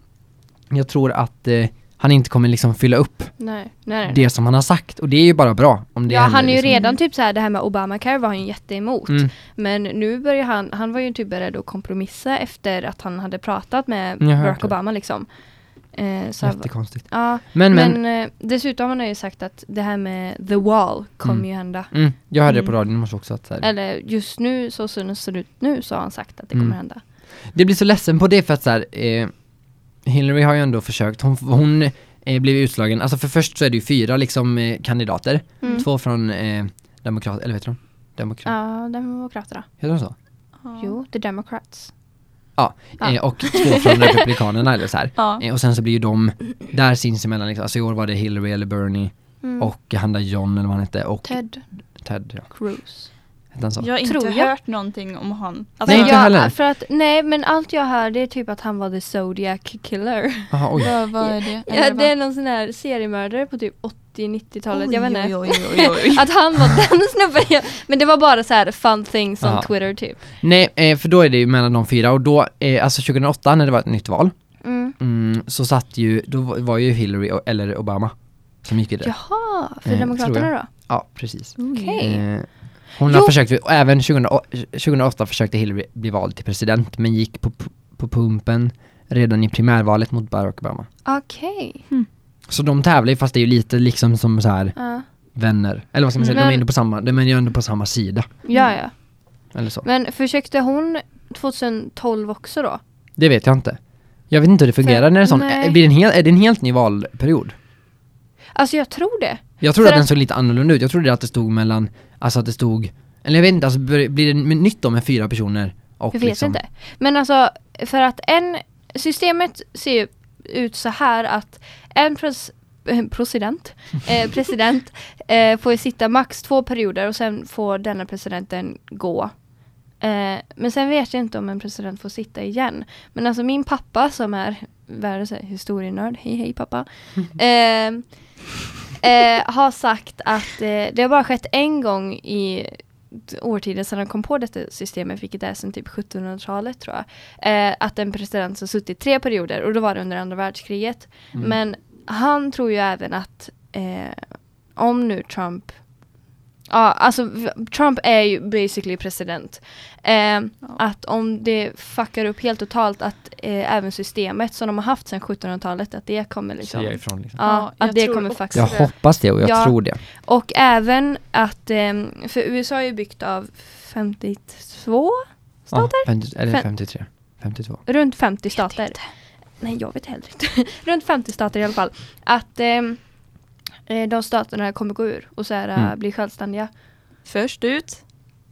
[SPEAKER 3] jag tror att eh, han inte kommer liksom fylla upp
[SPEAKER 2] Nej, nej, nej.
[SPEAKER 3] det som han har sagt och det är ju bara bra om det
[SPEAKER 2] ja,
[SPEAKER 3] händer.
[SPEAKER 2] han är ju
[SPEAKER 3] liksom.
[SPEAKER 2] redan typ så här det här med Obamacare var han ju jätteemot.
[SPEAKER 3] Mm.
[SPEAKER 2] Men nu börjar han, han var ju typ beredd att kompromissa efter att han hade pratat med
[SPEAKER 3] Jag har hört
[SPEAKER 2] Barack
[SPEAKER 3] det.
[SPEAKER 2] Obama liksom. Eh, så
[SPEAKER 3] Jättekonstigt.
[SPEAKER 2] ja,
[SPEAKER 3] Men men,
[SPEAKER 2] men, eh, dessutom har han ju sagt att det här med the wall kommer
[SPEAKER 3] Mm.
[SPEAKER 2] ju hända.
[SPEAKER 3] mm, jag hörde det på
[SPEAKER 1] Mm.
[SPEAKER 3] radion i morse också att så här,
[SPEAKER 2] Eller just nu, så som det ser ut nu, så har han sagt att det
[SPEAKER 3] Mm.
[SPEAKER 2] kommer hända.
[SPEAKER 3] Det blir så ledsen på det för att så här, eh, Hillary har ju ändå försökt, hon, hon eh, blev utslagen, alltså för först så är det ju fyra liksom eh, kandidater,
[SPEAKER 2] Mm.
[SPEAKER 3] två från eh, demokrat, eller vet du Demokrat,
[SPEAKER 2] Ja, Demokraterna.
[SPEAKER 3] heter de så?
[SPEAKER 2] Jo, The Democrats. Ja.
[SPEAKER 3] Eh, och två
[SPEAKER 2] <laughs>
[SPEAKER 3] från Republikanerna eller så här.
[SPEAKER 1] Ja.
[SPEAKER 3] Eh, och sen så blir ju de där sinsemellan liksom, alltså i år var det Hillary eller Bernie
[SPEAKER 2] Mm.
[SPEAKER 3] och han där John eller vad han hette och
[SPEAKER 2] Ted
[SPEAKER 3] Ted ja.
[SPEAKER 2] Cruz.
[SPEAKER 3] Hette han så?
[SPEAKER 1] Jag har inte
[SPEAKER 2] Tror jag.
[SPEAKER 1] hört någonting om han.
[SPEAKER 3] alltså.
[SPEAKER 1] Alltså,
[SPEAKER 3] Nej, inte
[SPEAKER 2] jag,
[SPEAKER 3] heller.
[SPEAKER 2] För att, nej, men allt jag hör det är typ att han var the Zodiac Killer.
[SPEAKER 3] Jaha, oj.
[SPEAKER 1] Vad, vad är det?
[SPEAKER 2] Ja,
[SPEAKER 1] Eller vad?
[SPEAKER 2] det är någon sån här seriemördare på typ 80-90-talet, jag vet
[SPEAKER 1] Oj,
[SPEAKER 2] inte.
[SPEAKER 1] oj, oj, oj, <laughs> oj.
[SPEAKER 2] Att han var <laughs> den snubben, jag- men det var bara så här fun things on
[SPEAKER 3] Ja.
[SPEAKER 2] Twitter typ.
[SPEAKER 3] Nej, eh, för då är det ju mellan de fyra och då, eh, alltså 2008 när det var ett nytt val,
[SPEAKER 2] Mm.
[SPEAKER 3] mm, så satt ju, då var- var ju Hillary o- eller Obama som gick vidare.
[SPEAKER 2] Jaha, för
[SPEAKER 3] Eh, tror
[SPEAKER 2] Demokraterna då?
[SPEAKER 3] Ja, precis.
[SPEAKER 2] Okej.
[SPEAKER 3] Eh, hon har
[SPEAKER 2] Jo.
[SPEAKER 3] försökt, och även 2008, 2008 försökte Hillary bli vald till president men gick på, pu- på pumpen redan i primärvalet mot Barack Obama.
[SPEAKER 2] Okej.
[SPEAKER 3] Så de tävlar ju fast det är ju lite liksom som så här
[SPEAKER 2] Ja.
[SPEAKER 3] vänner. Eller vad ska man säga, de
[SPEAKER 2] Men-
[SPEAKER 3] är ändå på samma, de är ju ändå på samma sida.
[SPEAKER 2] ja, ja.
[SPEAKER 3] Eller så.
[SPEAKER 2] Men försökte hon 2012 också då?
[SPEAKER 3] Det vet jag inte. Jag vet inte hur det fungerar när det är sån,
[SPEAKER 2] nej.
[SPEAKER 3] är, blir det en hel, är det en helt ny valperiod?
[SPEAKER 2] Alltså jag tror det.
[SPEAKER 3] Jag trodde
[SPEAKER 2] För
[SPEAKER 3] att den
[SPEAKER 2] att-
[SPEAKER 3] såg lite annorlunda ut, jag trodde att det stod mellan, alltså att det stod, eller jag vet inte, alltså bör- blir det med- nytt då med fyra personer? Och
[SPEAKER 2] Jag vet
[SPEAKER 3] liksom,
[SPEAKER 2] inte. Men alltså, för att en... Systemet ser ju ut så här att en pres, <laughs> eh, president,
[SPEAKER 3] <laughs>
[SPEAKER 2] eh, president eh, får ju sitta max två perioder och sen får denna presidenten gå. Eh, men sen vet jag inte om en president får sitta igen. Men alltså min pappa som är världens historienörd, hej hej
[SPEAKER 3] <laughs>
[SPEAKER 2] pappa, eh, eh, har sagt att eh, det har bara skett en gång i årtiden sedan de kom på detta systemet, vilket är sedan typ 1700-talet tror jag, eh, att en president som suttit tre perioder och då var det under andra världskriget.
[SPEAKER 3] Mm.
[SPEAKER 2] Men han tror ju även att eh, om nu Trump, ja alltså v- Trump är ju basically president, eh, att om det fuckar upp helt totalt att eh, även systemet som de har haft sedan 1700-talet, att det kommer liksom,
[SPEAKER 3] Säga
[SPEAKER 2] ja,
[SPEAKER 3] ifrån liksom.
[SPEAKER 1] Ja, jag
[SPEAKER 2] att det
[SPEAKER 1] tror
[SPEAKER 2] kommer
[SPEAKER 1] också
[SPEAKER 2] fucka
[SPEAKER 3] Jag
[SPEAKER 1] Ja.
[SPEAKER 3] hoppas det och jag
[SPEAKER 2] Ja.
[SPEAKER 3] tror det.
[SPEAKER 2] och även att, ehm, för USA är ju byggt av 52,
[SPEAKER 3] Ja,
[SPEAKER 2] Stater?
[SPEAKER 3] 50, eller
[SPEAKER 2] Fem-
[SPEAKER 3] 53. 52.
[SPEAKER 2] runt 50 stater. Nej jag vet heller inte. <laughs> runt 50 stater i alla fall. Att ehm, eh, de staterna kommer gå ur och så här, eh,
[SPEAKER 3] Mm.
[SPEAKER 2] bli självständiga.
[SPEAKER 1] Först ut.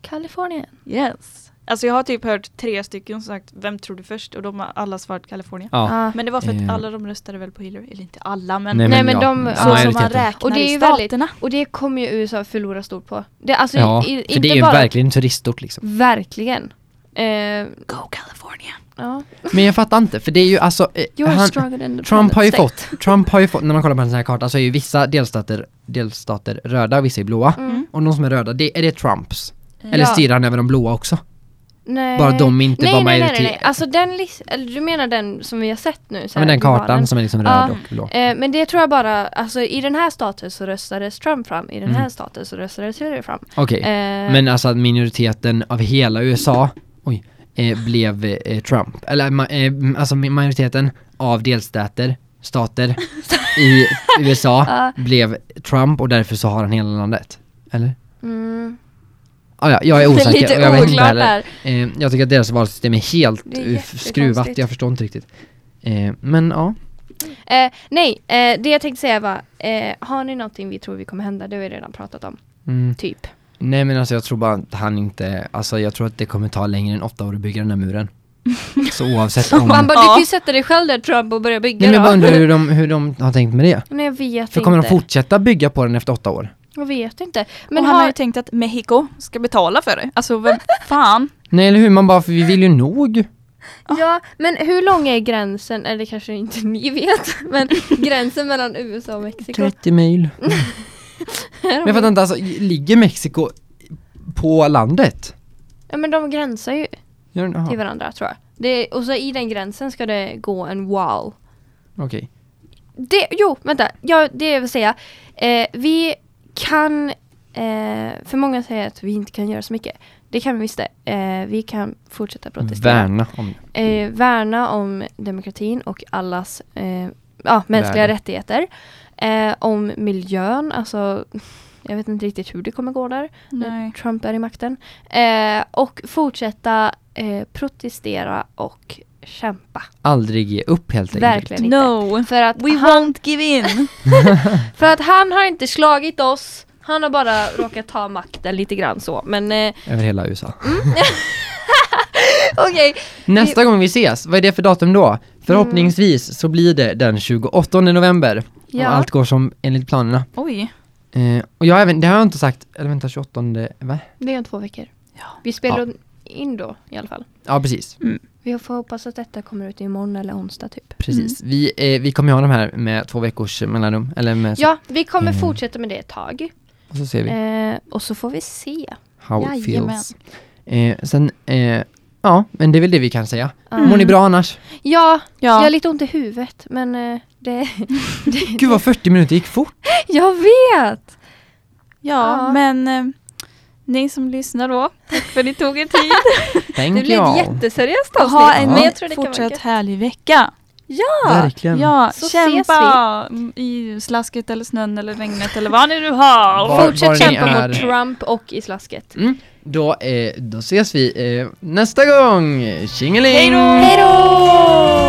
[SPEAKER 2] Kalifornien.
[SPEAKER 1] Yes. Alltså jag har typ hört tre stycken som sagt vem tror du först och de har alla svarat Kalifornien.
[SPEAKER 3] Ja.
[SPEAKER 2] Ah.
[SPEAKER 1] Men det var för att
[SPEAKER 3] Eh.
[SPEAKER 1] alla de röstade väl på Hillary, eller inte alla men,
[SPEAKER 2] Nej, men de-
[SPEAKER 1] så
[SPEAKER 2] ja,
[SPEAKER 1] som man
[SPEAKER 3] majoriteten.
[SPEAKER 1] räknar
[SPEAKER 2] Och det är
[SPEAKER 1] i
[SPEAKER 2] ju väldigt-
[SPEAKER 1] staterna.
[SPEAKER 2] Och det kommer ju USA förlora stort på. Det, alltså,
[SPEAKER 3] Ja,
[SPEAKER 2] i, i,
[SPEAKER 3] för det
[SPEAKER 2] inte
[SPEAKER 3] är ju
[SPEAKER 2] bara,
[SPEAKER 3] verkligen turistort liksom.
[SPEAKER 2] Verkligen. Eh,
[SPEAKER 1] Go California!
[SPEAKER 2] ja.
[SPEAKER 3] Men jag fattar inte, för det är ju alltså... eh,
[SPEAKER 2] You're
[SPEAKER 3] han-
[SPEAKER 2] stronger than the
[SPEAKER 3] Trump har ju
[SPEAKER 2] planet.
[SPEAKER 3] fått, Trump har ju fått, när man kollar på en sån här karta så är ju vissa delstater, delstater röda och vissa är blåa.
[SPEAKER 2] Mm.
[SPEAKER 3] Och de som är röda, det, är det Trumps? Eller
[SPEAKER 2] Ja.
[SPEAKER 3] styr han även de blåa också?
[SPEAKER 2] Nej.
[SPEAKER 3] Bara de inte
[SPEAKER 2] nej,
[SPEAKER 3] var
[SPEAKER 2] nej, nej,
[SPEAKER 3] majoritet.
[SPEAKER 2] nej, nej. Alltså den lis- eller du menar den som vi har sett nu?
[SPEAKER 3] Ja,
[SPEAKER 2] Så
[SPEAKER 3] men
[SPEAKER 2] här,
[SPEAKER 3] den kartan
[SPEAKER 2] rivalen.
[SPEAKER 3] som är liksom
[SPEAKER 2] Ja.
[SPEAKER 3] röd och blå.
[SPEAKER 2] Eh, men det tror jag bara, alltså i den här staten så röstades Trump fram, i den här
[SPEAKER 3] Mm.
[SPEAKER 2] staten så röstades Hillary fram.
[SPEAKER 3] Okej,
[SPEAKER 2] Eh,
[SPEAKER 3] men alltså att minoriteten av hela USA, oj, eh, blev eh, Trump. Eller ma- eh, m- alltså mi- majoriteten av delstater,
[SPEAKER 2] <laughs>
[SPEAKER 3] stater i USA
[SPEAKER 2] Ja.
[SPEAKER 3] blev Trump och därför så har han hela landet. Eller?
[SPEAKER 2] mm,
[SPEAKER 3] Ah, ja, jag
[SPEAKER 2] <laughs>
[SPEAKER 3] är
[SPEAKER 2] det är
[SPEAKER 3] osäker
[SPEAKER 2] lite
[SPEAKER 3] och jag vet inte
[SPEAKER 2] oklart
[SPEAKER 3] heller.
[SPEAKER 2] där.
[SPEAKER 3] Eh, jag tycker att deras valsystem är helt
[SPEAKER 2] Det är
[SPEAKER 3] eh,
[SPEAKER 2] jättekonstigt.
[SPEAKER 3] skruvat, jag förstår inte riktigt. Eh, men ja,
[SPEAKER 2] Eh, nej, eh, det jag tänkte säga var, eh, har ni någonting vi tror vi kommer hända? Det har vi redan pratat om,
[SPEAKER 3] mm.
[SPEAKER 2] typ.
[SPEAKER 3] nej men alltså jag tror bara att han inte, alltså jag tror att det kommer ta längre än åtta år att bygga den här
[SPEAKER 2] <laughs>
[SPEAKER 3] muren. Så oavsett om...
[SPEAKER 2] Man bara, du
[SPEAKER 1] Ja.
[SPEAKER 2] kan ju sätta dig själv där Trump och börja bygga
[SPEAKER 3] Nej men jag
[SPEAKER 2] då.
[SPEAKER 3] bara undrar hur de, hur de har tänkt med det.
[SPEAKER 2] Nej jag vet
[SPEAKER 3] För kommer de
[SPEAKER 2] inte.
[SPEAKER 3] fortsätta bygga på den efter åtta år?
[SPEAKER 2] Jag vet inte.
[SPEAKER 1] Men
[SPEAKER 2] Men
[SPEAKER 1] han har
[SPEAKER 2] har,
[SPEAKER 1] ju tänkt att Mexiko ska betala för det. Alltså vem <laughs> fan?
[SPEAKER 3] Nej eller hur, man bara, för vi vill ju nog.
[SPEAKER 2] ja, men hur lång är gränsen, eller kanske inte ni <laughs> vet, men gränsen mellan USA och Mexiko?
[SPEAKER 3] 30 mil. Men jag fattar inte, alltså ligger Mexiko på landet?
[SPEAKER 2] Ja men de gränsar ju
[SPEAKER 3] Gör den?
[SPEAKER 2] till
[SPEAKER 3] Aha,
[SPEAKER 2] varandra tror jag. Det, och så i den gränsen ska det gå en wall.
[SPEAKER 3] okej.
[SPEAKER 2] Det, jo, vänta. Ja, det jag vill säga. Eh, vi kan, eh, för många säger att vi inte kan göra så mycket. Det kan vi visst det. Eh, vi kan fortsätta protestera.
[SPEAKER 3] Värna om det.
[SPEAKER 2] eh, värna om demokratin och allas eh, ja, mänskliga
[SPEAKER 3] Värde.
[SPEAKER 2] rättigheter. Eh, om miljön, alltså jag vet inte riktigt hur det kommer gå där när
[SPEAKER 1] Nej.
[SPEAKER 2] Trump är i makten. Eh, och fortsätta eh, protestera och kämpa.
[SPEAKER 3] Aldrig ge upp helt enkelt.
[SPEAKER 2] Verkligen inte.
[SPEAKER 1] No!
[SPEAKER 2] För att,
[SPEAKER 1] We
[SPEAKER 2] han,
[SPEAKER 1] won't give in!
[SPEAKER 2] för att han har inte slagit oss, han har bara råkat ta makten lite grann så. Men eh,
[SPEAKER 3] Över hela USA.
[SPEAKER 2] okej,
[SPEAKER 3] Nästa gång vi ses, vad är det för datum
[SPEAKER 2] Mm.
[SPEAKER 3] då? Förhoppningsvis så blir det den 28 november.
[SPEAKER 2] Ja.
[SPEAKER 3] Och allt går som enligt planerna.
[SPEAKER 1] <laughs> Oj.
[SPEAKER 3] Eh, och jag har även, det har jag inte sagt, eller vänta 28, va?
[SPEAKER 2] det är om två veckor.
[SPEAKER 1] Ja.
[SPEAKER 2] Vi spelar in då i alla fall.
[SPEAKER 3] Ja precis,
[SPEAKER 2] Vi får hoppas att detta kommer ut imorgon eller onsdag typ.
[SPEAKER 3] precis. Vi, eh, vi kommer ju ha de här med två veckors mellanrum, eller med,
[SPEAKER 2] Ja, vi kommer
[SPEAKER 3] Mm.
[SPEAKER 2] fortsätta med det ett tag.
[SPEAKER 3] och så ser vi
[SPEAKER 2] Eh, och så får vi se.
[SPEAKER 3] how it
[SPEAKER 1] jajamän.
[SPEAKER 3] feels. Eh, sen, eh, ja men det är väl det vi kan säga. Mm. Mår ni bra annars?
[SPEAKER 2] Ja, jag
[SPEAKER 1] Ja.
[SPEAKER 2] har lite ont i huvudet men eh, det, <laughs> det...
[SPEAKER 3] Gud vad 40 minuter gick fort!
[SPEAKER 2] Jag vet!
[SPEAKER 1] ja,
[SPEAKER 2] Ja.
[SPEAKER 1] men eh, ni som lyssnar då, tack för att ni tog er
[SPEAKER 2] <laughs>
[SPEAKER 1] tid.
[SPEAKER 2] Det
[SPEAKER 3] Thank
[SPEAKER 2] blev ett
[SPEAKER 3] you.
[SPEAKER 2] jätteseriöst avsnitt.
[SPEAKER 1] ha en
[SPEAKER 2] men jag
[SPEAKER 1] ja.
[SPEAKER 2] tror det kan vara
[SPEAKER 1] fortsatt
[SPEAKER 2] gött.
[SPEAKER 1] härlig vecka.
[SPEAKER 2] Ja!
[SPEAKER 3] Verkligen.
[SPEAKER 1] Ja,
[SPEAKER 2] Så
[SPEAKER 1] kämpa i slasket eller snön eller regnet eller vad ni nu har.
[SPEAKER 3] Var- var
[SPEAKER 2] Fortsätt
[SPEAKER 3] ni
[SPEAKER 2] kämpa
[SPEAKER 3] är.
[SPEAKER 2] mot Trump och i slasket.
[SPEAKER 3] Mm. Då, eh, då ses vi eh, nästa gång! Tjingeling!
[SPEAKER 1] Hej då!
[SPEAKER 2] Hej då!